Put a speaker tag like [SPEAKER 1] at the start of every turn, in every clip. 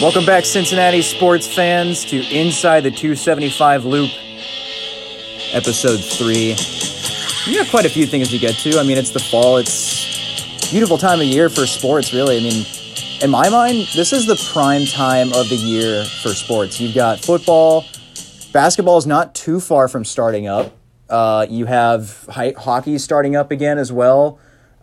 [SPEAKER 1] Welcome back, Cincinnati sports fans, to Inside the 275 Loop, episode three. We got quite a few things to get to. I mean, it's the fall, it's beautiful time of year for sports, really. I mean, in my mind, this is the prime time of the year for sports. You've got football, basketball is not too far from starting up. Uh, you have hi- hockey starting up again as well.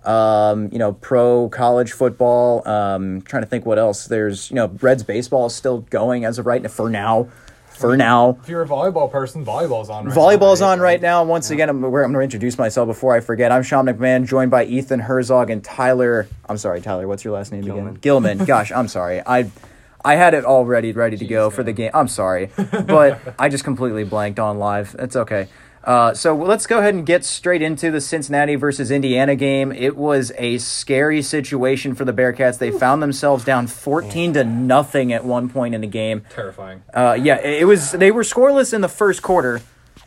[SPEAKER 1] Um, you know, pro college football. Um, trying to think what else. There's you know, Reds baseball is still going as of right now. For now, for now,
[SPEAKER 2] If you're a volleyball person, volleyball's on. Right
[SPEAKER 1] Volleyball's
[SPEAKER 2] now,
[SPEAKER 1] on right now. Once again, I'm, where I'm going to introduce myself before I forget. I'm Sean McMahon, joined by Ethan Herzog and Tyler. I'm sorry, Tyler. What's your last name again? Gilman. Gosh, I'm sorry. I I had it all ready, ready to go for the game. I'm sorry, but I just completely blanked on live. It's okay. Uh, so let's go ahead and get straight into the Cincinnati versus Indiana game. It was a scary situation for the Bearcats. They found themselves down 14 to nothing at one point in the game.
[SPEAKER 2] Terrifying.
[SPEAKER 1] Uh, yeah, it it was. They were scoreless in the first quarter,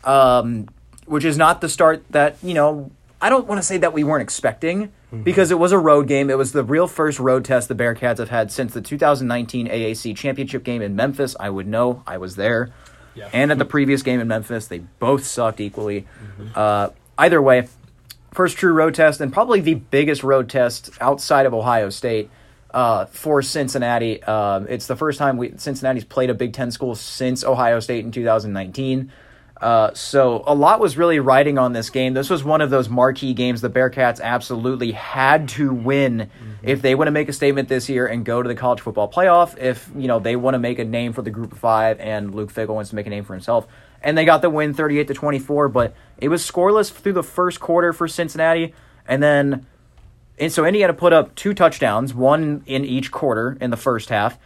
[SPEAKER 1] um, which is not the start that you know. I don't want to say that we weren't expecting because it was a road game. It was the real first road test the Bearcats have had since the 2019 AAC championship game in Memphis. I would know. I was there,
[SPEAKER 2] Yeah.
[SPEAKER 1] and at the previous game in Memphis, they both sucked equally. Uh, either way, first true road test and probably the biggest road test outside of Ohio State uh, for Cincinnati. Um, it's the first time we Cincinnati's played a Big Ten school since Ohio State in 2019. Uh, so a lot was really riding on this game. This was one of those marquee games the Bearcats absolutely had to win if they want to make a statement this year and go to the college football playoff. If you know they want to make a name for the group of five, and Luke Fickle wants to make a name for himself, and they got the win 38 to 24 but it was scoreless through the first quarter for cincinnati and then and so indiana put up two touchdowns one in each quarter in the first half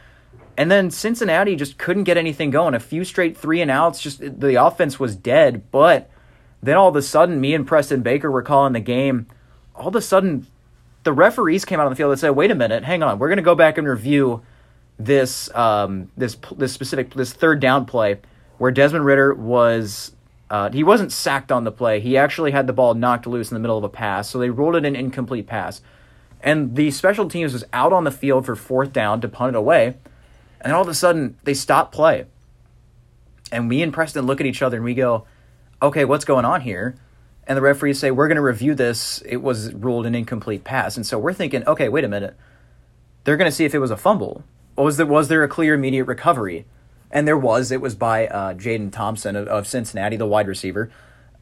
[SPEAKER 1] and then cincinnati just couldn't get anything going a few straight three and outs just the offense was dead but then all of a sudden me and preston baker were calling the game all of a sudden the referees came out on the field and said wait a minute hang on we're going to go back and review this um, this pl- this specific this third down play where Desmond Ritter was uh, he wasn't sacked on the play. He actually had the ball knocked loose in the middle of a pass, so they ruled it an incomplete pass. And the special teams was out on the field for fourth down to punt it away, and all of a sudden they stopped play. And me and Preston look at each other and we go, "Okay, what's going on here?" And the referees say, "We're going to review this. It was ruled an incomplete pass." And so we're thinking, "Okay, wait a minute they're going to see if it was a fumble. Or was there was there a clear immediate recovery? And there was. It was by uh, Jaden Thompson of, of Cincinnati, the wide receiver.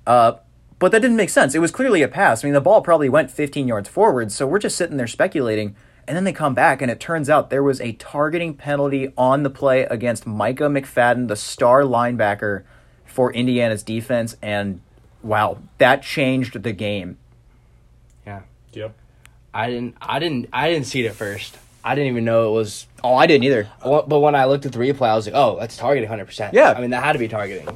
[SPEAKER 1] Uh, but that didn't make sense. It was clearly a pass. I mean, the ball probably went 15 yards forward. So we're just sitting there speculating. And then they come back, and it turns out there was a targeting penalty on the play against Micah McFadden, the star linebacker for Indiana's defense. And wow, that changed the game.
[SPEAKER 3] Yeah.
[SPEAKER 2] Yep.
[SPEAKER 3] I didn't I didn't I didn't see it at first. I didn't even know it was
[SPEAKER 1] Oh, I didn't either.
[SPEAKER 3] wh- but when I looked at the replay I was like, "Oh, that's targeting 100%."
[SPEAKER 1] Yeah.
[SPEAKER 3] I mean, that had to be targeting.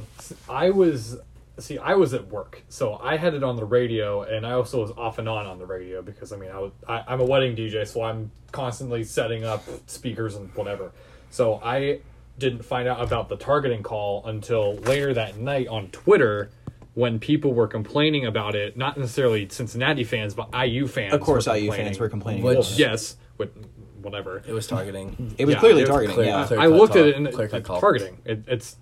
[SPEAKER 2] I was. See, I was at work, so I had it on the radio, and I also was off and on on the radio because I mean, I was I, I'm a wedding DJ, so I'm constantly setting up speakers and whatever. So I didn't find out about the targeting call until later that night on Twitter. When people were complaining about it, not necessarily Cincinnati fans, but IU fans.
[SPEAKER 4] Of course,
[SPEAKER 2] were
[SPEAKER 4] IU fans
[SPEAKER 2] complaining.
[SPEAKER 4] were complaining.
[SPEAKER 5] Which-
[SPEAKER 2] Well, yes, but whatever.
[SPEAKER 5] It was targeting. It was
[SPEAKER 2] Mm-hmm. Yeah,
[SPEAKER 4] clearly
[SPEAKER 2] it was
[SPEAKER 4] targeting,
[SPEAKER 5] clear-
[SPEAKER 4] yeah.
[SPEAKER 5] clear-
[SPEAKER 2] I looked at
[SPEAKER 5] call-
[SPEAKER 2] it and it-
[SPEAKER 5] clear cut
[SPEAKER 2] like,
[SPEAKER 5] call.
[SPEAKER 2] targeting. It, it's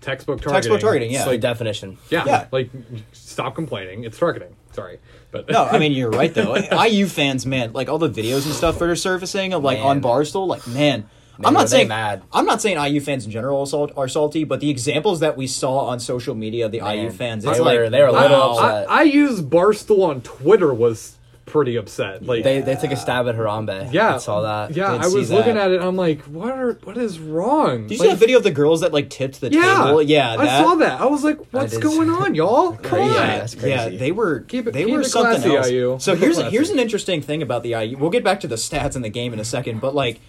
[SPEAKER 2] textbook targeting.
[SPEAKER 4] Textbook targeting, yeah.
[SPEAKER 5] It's like definition.
[SPEAKER 2] Yeah,
[SPEAKER 4] Yeah.
[SPEAKER 2] Like, stop complaining. It's targeting. Sorry, but
[SPEAKER 4] No, Oh, I mean you're right though. IU fans, man, like all the videos and stuff that are surfacing of like on
[SPEAKER 5] Man.
[SPEAKER 4] Barstool, like man, I'm
[SPEAKER 5] were
[SPEAKER 4] not
[SPEAKER 5] they
[SPEAKER 4] saying
[SPEAKER 5] mad.
[SPEAKER 4] I'm not saying IU fans in general are salt- are salty, but the examples that we saw on social media, of the IU
[SPEAKER 5] Man,
[SPEAKER 4] fans,
[SPEAKER 5] they
[SPEAKER 4] it's
[SPEAKER 5] were-
[SPEAKER 4] like
[SPEAKER 5] they were
[SPEAKER 2] I,
[SPEAKER 5] little
[SPEAKER 4] wow.
[SPEAKER 2] I,
[SPEAKER 5] upset.
[SPEAKER 2] I use Barstool on Twitter was pretty upset. Like,
[SPEAKER 5] They they took a stab at Harambe.
[SPEAKER 2] yeah,
[SPEAKER 5] I saw that.
[SPEAKER 2] Yeah,
[SPEAKER 4] Did
[SPEAKER 2] I
[SPEAKER 4] see
[SPEAKER 2] was looking
[SPEAKER 4] that.
[SPEAKER 2] at it. I'm like, what are what is wrong?
[SPEAKER 4] Did you see
[SPEAKER 2] Like,
[SPEAKER 4] that video of the girls that like tipped the
[SPEAKER 2] yeah,
[SPEAKER 4] table? Yeah,
[SPEAKER 2] I saw that. I was like, what's
[SPEAKER 5] did
[SPEAKER 2] going
[SPEAKER 5] see-
[SPEAKER 2] on, y'all? Come
[SPEAKER 5] Crazy.
[SPEAKER 2] on.
[SPEAKER 5] Yeah,
[SPEAKER 4] Yeah,
[SPEAKER 5] that's
[SPEAKER 4] yeah,
[SPEAKER 5] crazy.
[SPEAKER 4] they were
[SPEAKER 2] Keep it-
[SPEAKER 4] they
[SPEAKER 2] keep
[SPEAKER 4] were
[SPEAKER 2] it
[SPEAKER 4] something
[SPEAKER 2] classy,
[SPEAKER 4] else.
[SPEAKER 2] IU.
[SPEAKER 4] So
[SPEAKER 2] Keep it
[SPEAKER 4] here's
[SPEAKER 2] classy.
[SPEAKER 4] here's an interesting thing about the IU. We'll get back to the stats in the game in a second, but like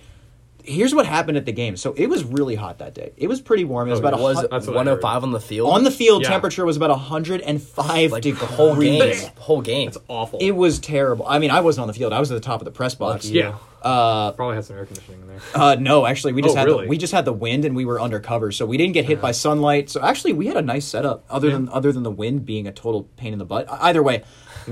[SPEAKER 4] here's what happened at the game. So it was really hot that day. It was pretty warm. It was about
[SPEAKER 2] yeah.
[SPEAKER 4] a
[SPEAKER 5] Was
[SPEAKER 4] hun-
[SPEAKER 2] That's what I
[SPEAKER 5] 105 on the field?
[SPEAKER 4] on the field
[SPEAKER 2] Yeah.
[SPEAKER 4] temperature was about 105
[SPEAKER 5] like the
[SPEAKER 4] degrees.
[SPEAKER 5] whole game. whole game.
[SPEAKER 2] Awful.
[SPEAKER 4] It was terrible. I mean, I wasn't on the field. I was at the top of the press box.
[SPEAKER 2] yeah.
[SPEAKER 4] Uh,
[SPEAKER 2] Probably had some air conditioning in there.
[SPEAKER 4] uh, no, actually, we just
[SPEAKER 2] Oh,
[SPEAKER 4] had
[SPEAKER 2] really?
[SPEAKER 4] the, we just had the wind and we were undercover, so we didn't get hit by sunlight. So actually, we had a nice setup. Other than other than the wind being a total pain in the butt. E- Either way,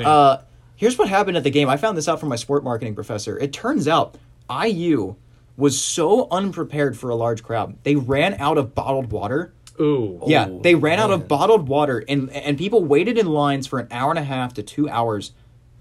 [SPEAKER 4] uh, here's what happened at the game. I found this out from my sport marketing professor. It turns out IU
[SPEAKER 1] was so unprepared for a large crowd. They ran out of bottled water.
[SPEAKER 2] Ooh.
[SPEAKER 1] Yeah,
[SPEAKER 3] Oh,
[SPEAKER 1] they ran out
[SPEAKER 3] man.
[SPEAKER 1] of bottled water, and and people waited in lines for an hour and a half to two hours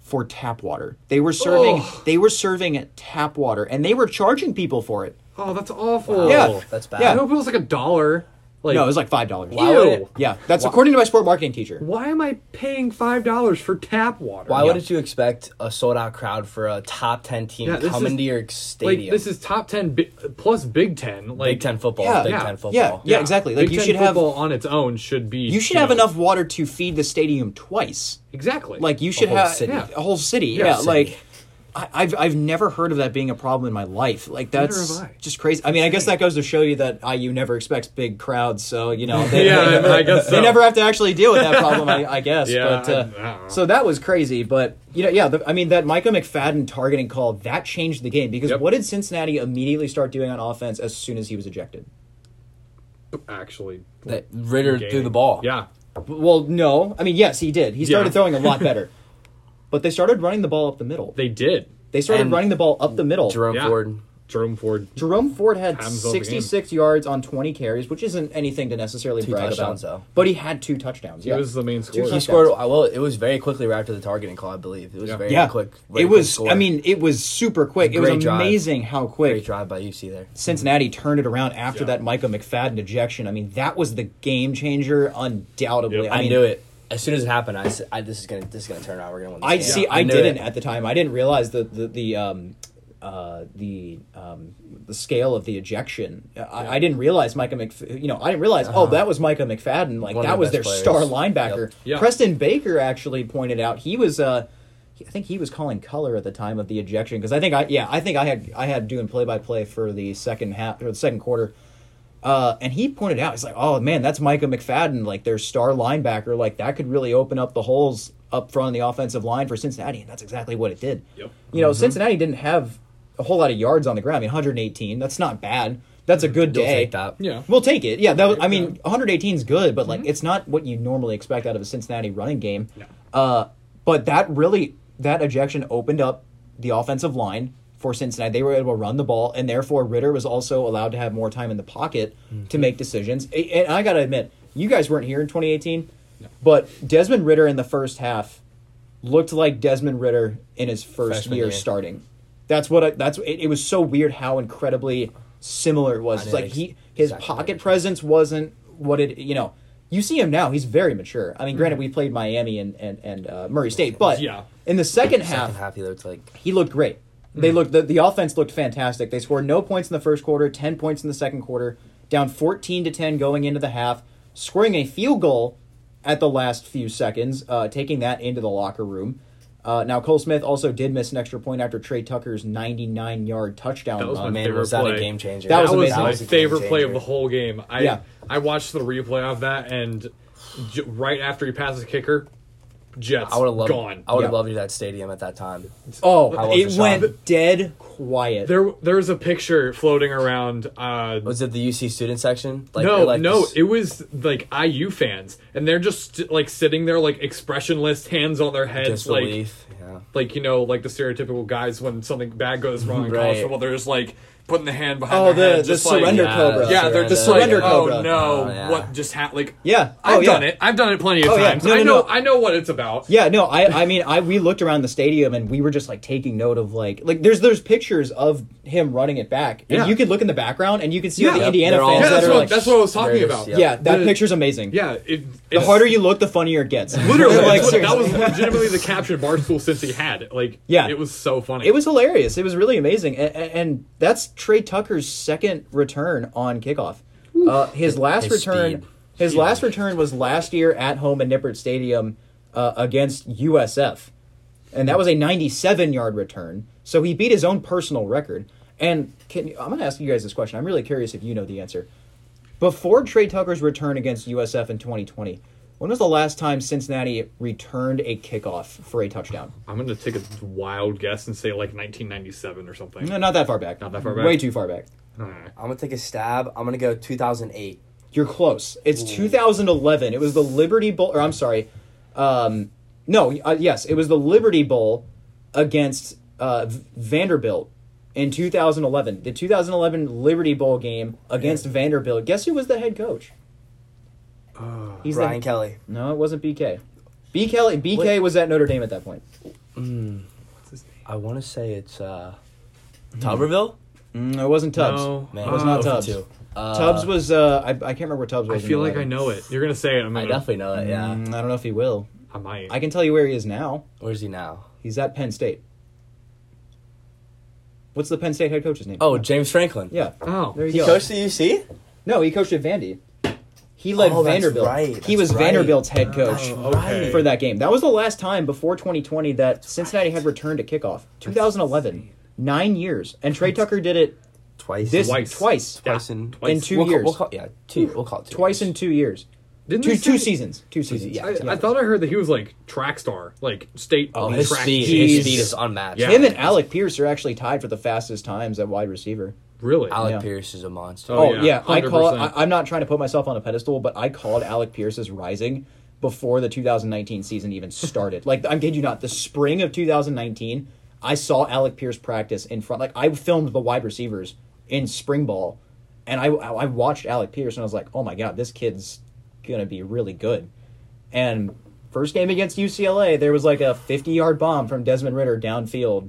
[SPEAKER 1] for tap water. They were serving they were serving tap water, and they were charging people for it.
[SPEAKER 2] Oh, that's awful.
[SPEAKER 1] Yeah.
[SPEAKER 3] That's bad.
[SPEAKER 2] I
[SPEAKER 1] Yeah.
[SPEAKER 2] know it was like a dollar. Like,
[SPEAKER 1] no, it was like five dollars.
[SPEAKER 3] Why would it-
[SPEAKER 1] Yeah, that's according to my sport marketing teacher.
[SPEAKER 2] why am I paying five dollars for tap water?
[SPEAKER 3] Why wouldn't you expect a sold out crowd for a top 10 team
[SPEAKER 2] Yeah, this
[SPEAKER 3] coming
[SPEAKER 2] is-
[SPEAKER 3] to your
[SPEAKER 2] Like
[SPEAKER 3] stadium?
[SPEAKER 2] this is top ten bi- plus Big Ten. Like
[SPEAKER 3] Big 10 football.
[SPEAKER 1] Yeah,
[SPEAKER 3] Big
[SPEAKER 2] yeah,
[SPEAKER 3] 10 football.
[SPEAKER 1] Yeah, yeah, exactly. Like
[SPEAKER 2] Big
[SPEAKER 1] you
[SPEAKER 2] Ten
[SPEAKER 1] should have
[SPEAKER 2] football on its own should be.
[SPEAKER 1] you should
[SPEAKER 2] you
[SPEAKER 1] have
[SPEAKER 2] know,
[SPEAKER 1] enough water to feed the stadium twice.
[SPEAKER 2] Exactly.
[SPEAKER 1] Like you should
[SPEAKER 3] whole
[SPEAKER 1] have
[SPEAKER 3] city.
[SPEAKER 1] yeah, a whole city.
[SPEAKER 2] Yeah,
[SPEAKER 1] Yeah,
[SPEAKER 2] city.
[SPEAKER 1] like I, I've I've never heard of that being a problem in my life. Like that's
[SPEAKER 2] have I.
[SPEAKER 1] just crazy. I mean, I guess that goes to show you that IU never expects big crowds. So you know, they,
[SPEAKER 2] Yeah,
[SPEAKER 1] they never,
[SPEAKER 2] I guess so.
[SPEAKER 1] they never have to actually deal with that problem. I, I guess.
[SPEAKER 2] Yeah,
[SPEAKER 1] but,
[SPEAKER 2] I-
[SPEAKER 1] uh,
[SPEAKER 2] I don't know.
[SPEAKER 1] so that was crazy. But you know, yeah, the, I mean that Micah McFadden targeting call that changed the game because
[SPEAKER 2] Yep.
[SPEAKER 1] what did Cincinnati immediately start doing on offense as soon as he was ejected?
[SPEAKER 2] actually.
[SPEAKER 3] That Ritter threw
[SPEAKER 2] gaining.
[SPEAKER 3] the ball.
[SPEAKER 2] Yeah.
[SPEAKER 1] Well, no. I mean, yes, he did. He started
[SPEAKER 2] Yeah.
[SPEAKER 1] throwing a lot better. But they started running the ball up the middle.
[SPEAKER 2] They did.
[SPEAKER 1] They started
[SPEAKER 3] And
[SPEAKER 1] running the ball up the middle.
[SPEAKER 3] Jerome
[SPEAKER 2] Yeah.
[SPEAKER 3] Ford.
[SPEAKER 2] Jerome Ford.
[SPEAKER 1] Jerome Ford had
[SPEAKER 2] Time's up the game.
[SPEAKER 1] 66 yards on 20 carries, which isn't anything to necessarily
[SPEAKER 3] Two
[SPEAKER 1] brag about.
[SPEAKER 3] touchdowns, though.
[SPEAKER 1] But he had two touchdowns. Yeah.
[SPEAKER 2] He was the main
[SPEAKER 1] Two
[SPEAKER 2] scorer.
[SPEAKER 3] He
[SPEAKER 1] touchdowns.
[SPEAKER 3] scored. uh, Well, it was very quickly right after the targeting call, I believe. It was
[SPEAKER 2] Yeah.
[SPEAKER 3] very
[SPEAKER 1] yeah.
[SPEAKER 3] quick. very
[SPEAKER 1] it
[SPEAKER 3] quick
[SPEAKER 1] was
[SPEAKER 3] score.
[SPEAKER 1] I mean, it was super quick. It was
[SPEAKER 3] Great drive.
[SPEAKER 1] amazing how
[SPEAKER 3] great
[SPEAKER 1] quick
[SPEAKER 3] drive by UC there.
[SPEAKER 1] Cincinnati turned it around after
[SPEAKER 2] Yeah.
[SPEAKER 1] that Michael McFadden ejection. I mean, that was the game changer undoubtedly.
[SPEAKER 2] Yep.
[SPEAKER 3] I,
[SPEAKER 1] mean,
[SPEAKER 3] knew it as soon as it happened. I said, I, "This is gonna, this is gonna turn out. We're gonna win." This
[SPEAKER 1] I
[SPEAKER 3] game.
[SPEAKER 1] see. I,
[SPEAKER 3] knew
[SPEAKER 1] didn't
[SPEAKER 3] it.
[SPEAKER 1] at the time. I didn't realize the the the um, uh, the um, the scale of the ejection. I, I didn't realize Micah McF- You know, I didn't realize. Oh, that was Micah McFadden. Like
[SPEAKER 3] Uh-huh. One of
[SPEAKER 1] that
[SPEAKER 3] the
[SPEAKER 1] was their
[SPEAKER 3] best
[SPEAKER 1] star
[SPEAKER 3] players.
[SPEAKER 1] linebacker.
[SPEAKER 3] Yep.
[SPEAKER 2] Yeah.
[SPEAKER 1] Preston Baker actually pointed out he was. Uh, he- I think he was calling color at the time of the ejection because I think I yeah I think I had I had doing play by play for the second half or the second quarter. Uh, and he pointed out, he's like, "Oh man, that's Micah McFadden, like their star linebacker. Like that could really open up the holes up front on the offensive line for Cincinnati." And that's exactly what it did.
[SPEAKER 2] Yep.
[SPEAKER 1] You
[SPEAKER 3] Mm-hmm.
[SPEAKER 1] know, Cincinnati didn't have a whole lot of yards on the ground. I mean, 118. That's not bad. That's a good
[SPEAKER 3] Mm-hmm. You'll
[SPEAKER 1] day.
[SPEAKER 3] take that.
[SPEAKER 2] Yeah.
[SPEAKER 1] We'll take it. Yeah, Mm-hmm. that was, I mean, 118 is good, but like it's not what you normally expect out of a Cincinnati running game. Uh, but that really that ejection opened up the offensive line for Cincinnati. They were able to run the ball, and therefore Ritter was also allowed to have more time in the pocket to make decisions. A- And I gotta admit, you guys weren't here in 2018, but Desmond Ritter in the first half looked like Desmond Ritter in his first
[SPEAKER 3] Freshman
[SPEAKER 1] year
[SPEAKER 3] year.
[SPEAKER 1] starting. That's what I, that's it, it was so weird how incredibly similar it was. It's
[SPEAKER 3] know
[SPEAKER 1] like
[SPEAKER 3] ex-
[SPEAKER 1] he his
[SPEAKER 3] exactly what
[SPEAKER 1] pocket
[SPEAKER 3] you're
[SPEAKER 1] presence wasn't what it you know. You see him now; he's very mature. I mean, granted, we played Miami and and, and uh, Murray State, but
[SPEAKER 2] Mm. Yeah.
[SPEAKER 1] in the second,
[SPEAKER 3] Second
[SPEAKER 1] half,
[SPEAKER 3] half, he looked like
[SPEAKER 1] he looked great.
[SPEAKER 2] Mm.
[SPEAKER 1] They looked the, the offense looked fantastic. They scored no points in the first quarter, ten points in the second quarter, down fourteen to ten going into the half, scoring a field goal at the last few seconds, uh, taking that into the locker room. Uh, now Cole Smith also did miss an extra point after Trey Tucker's ninety nine yard touchdown
[SPEAKER 2] That was
[SPEAKER 1] run.
[SPEAKER 2] my
[SPEAKER 3] man
[SPEAKER 2] favorite
[SPEAKER 3] was that
[SPEAKER 2] play.
[SPEAKER 3] a game changer.
[SPEAKER 1] That
[SPEAKER 2] That was,
[SPEAKER 1] amazing.
[SPEAKER 2] my
[SPEAKER 1] was a
[SPEAKER 2] favorite play of the
[SPEAKER 3] game changer.
[SPEAKER 2] whole game. I
[SPEAKER 1] Yeah.
[SPEAKER 2] I watched the replay of that, and j- right after he passes the kicker, Jets
[SPEAKER 3] I would have loved.
[SPEAKER 2] gone.
[SPEAKER 3] I would have
[SPEAKER 1] Yeah.
[SPEAKER 3] loved you that stadium at that time. How
[SPEAKER 1] Oh,
[SPEAKER 3] was
[SPEAKER 1] it
[SPEAKER 3] the shot?
[SPEAKER 1] went dead quiet.
[SPEAKER 2] there, there's a picture floating around. Uh,
[SPEAKER 3] Was it the UC student section? Like,
[SPEAKER 2] no,
[SPEAKER 3] or like
[SPEAKER 2] no,
[SPEAKER 3] this-
[SPEAKER 2] it was like IU fans, and they're just like sitting there, like expressionless, hands on their heads, like
[SPEAKER 3] disbelief. yeah.
[SPEAKER 2] like you know, like the stereotypical guys when something bad goes wrong in
[SPEAKER 3] Right.
[SPEAKER 2] college football, they're just like putting the hand behind.
[SPEAKER 1] Oh,
[SPEAKER 2] their
[SPEAKER 1] the-
[SPEAKER 2] head,
[SPEAKER 1] the
[SPEAKER 2] just, like-
[SPEAKER 1] surrender
[SPEAKER 3] Yeah,
[SPEAKER 1] cobra.
[SPEAKER 2] Yeah, they're
[SPEAKER 3] surrender.
[SPEAKER 2] just like,
[SPEAKER 1] Surrender
[SPEAKER 2] oh
[SPEAKER 1] cobra.
[SPEAKER 2] no,
[SPEAKER 3] Oh, yeah.
[SPEAKER 2] what just happened? Like,
[SPEAKER 1] Yeah.
[SPEAKER 2] I've
[SPEAKER 1] Oh, yeah.
[SPEAKER 2] done it. I've done it plenty of
[SPEAKER 1] Oh, yeah.
[SPEAKER 2] times.
[SPEAKER 1] No,
[SPEAKER 2] I
[SPEAKER 1] no,
[SPEAKER 2] know,
[SPEAKER 1] no.
[SPEAKER 2] I know what it's about.
[SPEAKER 1] Yeah, no, I I mean I we looked around the stadium and we were just like taking note of like like there's there's pictures of him running it back. And
[SPEAKER 2] Yeah.
[SPEAKER 1] you could look in the background and you could see
[SPEAKER 2] Yeah.
[SPEAKER 1] all the
[SPEAKER 2] Yep,
[SPEAKER 1] Indiana
[SPEAKER 3] they're all-
[SPEAKER 1] fans
[SPEAKER 2] Yeah,
[SPEAKER 3] Yeah,
[SPEAKER 2] that's
[SPEAKER 1] that are
[SPEAKER 2] what,
[SPEAKER 1] like
[SPEAKER 2] that's what I was talking
[SPEAKER 3] there's-
[SPEAKER 2] about.
[SPEAKER 3] yeah.
[SPEAKER 1] Yeah, that
[SPEAKER 2] The-
[SPEAKER 1] picture's amazing.
[SPEAKER 2] Yeah, it,
[SPEAKER 1] The harder you look, the funnier it gets.
[SPEAKER 2] literally
[SPEAKER 1] like
[SPEAKER 2] that's what- that was
[SPEAKER 1] seriously.
[SPEAKER 2] legitimately the caption Barstool Cincy had. Like,
[SPEAKER 1] Yeah.
[SPEAKER 2] it was so funny.
[SPEAKER 1] It was hilarious. It was really amazing, and, and that's Trey Tucker's second return on kickoff. Uh, his last
[SPEAKER 3] His
[SPEAKER 1] return,
[SPEAKER 3] speed.
[SPEAKER 1] his last return was last year at home at Nippert Stadium uh, against USF, and that was a 97 yard return. So he beat his own personal record. And can, I'm going to ask you guys this question. I'm really curious if you know the answer. Before Trey Tucker's return against USF in 2020, when was the last time Cincinnati returned a kickoff for a touchdown?
[SPEAKER 2] I'm gonna take a wild guess and say like 1997 or something.
[SPEAKER 1] No, not that far back. Not
[SPEAKER 2] that far back.
[SPEAKER 1] Way too far back.
[SPEAKER 3] I'm gonna take a stab. I'm gonna go 2008.
[SPEAKER 1] You're close. It's 2011. It was the Liberty Bowl, or I'm sorry, um, no, uh, yes, it was the Liberty Bowl against uh, V- Vanderbilt in 2011, the 2011 Liberty Bowl game against Vanderbilt. Guess who was the head coach? He's the
[SPEAKER 3] Ryan Kelly.
[SPEAKER 1] No, it wasn't BK. B Kelly BK was at Notre Dame at that point.
[SPEAKER 3] I want to say it's uh, Tuberville.
[SPEAKER 1] Mm, it wasn't Tubbs.
[SPEAKER 2] No.
[SPEAKER 3] Man,
[SPEAKER 1] It was not
[SPEAKER 2] Oh.
[SPEAKER 1] Tubbs.
[SPEAKER 3] Two. Uh,
[SPEAKER 1] Tubbs was uh, I, I can't remember where Tubbs
[SPEAKER 2] I
[SPEAKER 1] was. in
[SPEAKER 2] feel like I
[SPEAKER 1] 11.
[SPEAKER 2] know it. You're gonna say it. I'm
[SPEAKER 3] I
[SPEAKER 2] gonna,
[SPEAKER 3] definitely know it. Yeah.
[SPEAKER 1] Mm, I don't know if he will.
[SPEAKER 2] I might.
[SPEAKER 1] I can tell you where he is now.
[SPEAKER 3] Where's he now?
[SPEAKER 1] He's at Penn State. What's the Penn State head coach's name?
[SPEAKER 3] Oh, James Franklin.
[SPEAKER 1] yeah.
[SPEAKER 2] oh,
[SPEAKER 1] There you
[SPEAKER 3] He
[SPEAKER 1] go.
[SPEAKER 3] coached the UC.
[SPEAKER 1] No, he coached at Vandy. He led
[SPEAKER 3] Oh, that's
[SPEAKER 1] Vanderbilt.
[SPEAKER 3] right,
[SPEAKER 1] He
[SPEAKER 3] that's
[SPEAKER 1] was
[SPEAKER 3] right. Oh.
[SPEAKER 1] Vanderbilt's head coach
[SPEAKER 2] okay.
[SPEAKER 1] for that game. That was the last time before 2020 that Cincinnati had returned to kickoff. 2011, nine years, and Trey Tucker did it
[SPEAKER 3] Twice.
[SPEAKER 1] this
[SPEAKER 2] Twice.
[SPEAKER 1] twice,
[SPEAKER 2] Yeah.
[SPEAKER 3] Twice in
[SPEAKER 1] in 2
[SPEAKER 3] we'll
[SPEAKER 1] years,
[SPEAKER 3] Call, we'll call, yeah, two. We'll call it two.
[SPEAKER 1] twice in two years,
[SPEAKER 2] Didn't
[SPEAKER 1] two
[SPEAKER 2] they
[SPEAKER 1] two
[SPEAKER 2] say-
[SPEAKER 1] seasons, two seasons.
[SPEAKER 3] yeah,
[SPEAKER 2] I,
[SPEAKER 1] yeah.
[SPEAKER 2] I thought I heard that he was like track star, like state.
[SPEAKER 3] Oh, his
[SPEAKER 2] track
[SPEAKER 3] speed.
[SPEAKER 2] champion.
[SPEAKER 3] His speed is unmatched.
[SPEAKER 2] Yeah.
[SPEAKER 1] Him and Alec Pierce are actually tied for the fastest times at wide receiver.
[SPEAKER 2] really.
[SPEAKER 3] Alec
[SPEAKER 1] Yeah.
[SPEAKER 3] Pierce is a monster.
[SPEAKER 2] Oh,
[SPEAKER 1] Oh,
[SPEAKER 2] yeah,
[SPEAKER 1] yeah, I call.
[SPEAKER 2] 100%.
[SPEAKER 1] I, I'm not trying to put myself on a pedestal, but I called Alec Pierce's rising before the 2019 season even started. like I'm kidding you not, the spring of 2019, I saw Alec Pierce practice in front. Like I filmed the wide receivers in spring ball, and I I watched Alec Pierce and I was like, oh my god, this kid's gonna be really good. And first game against UCLA, there was like a 50 yard bomb from Desmond Ritter downfield.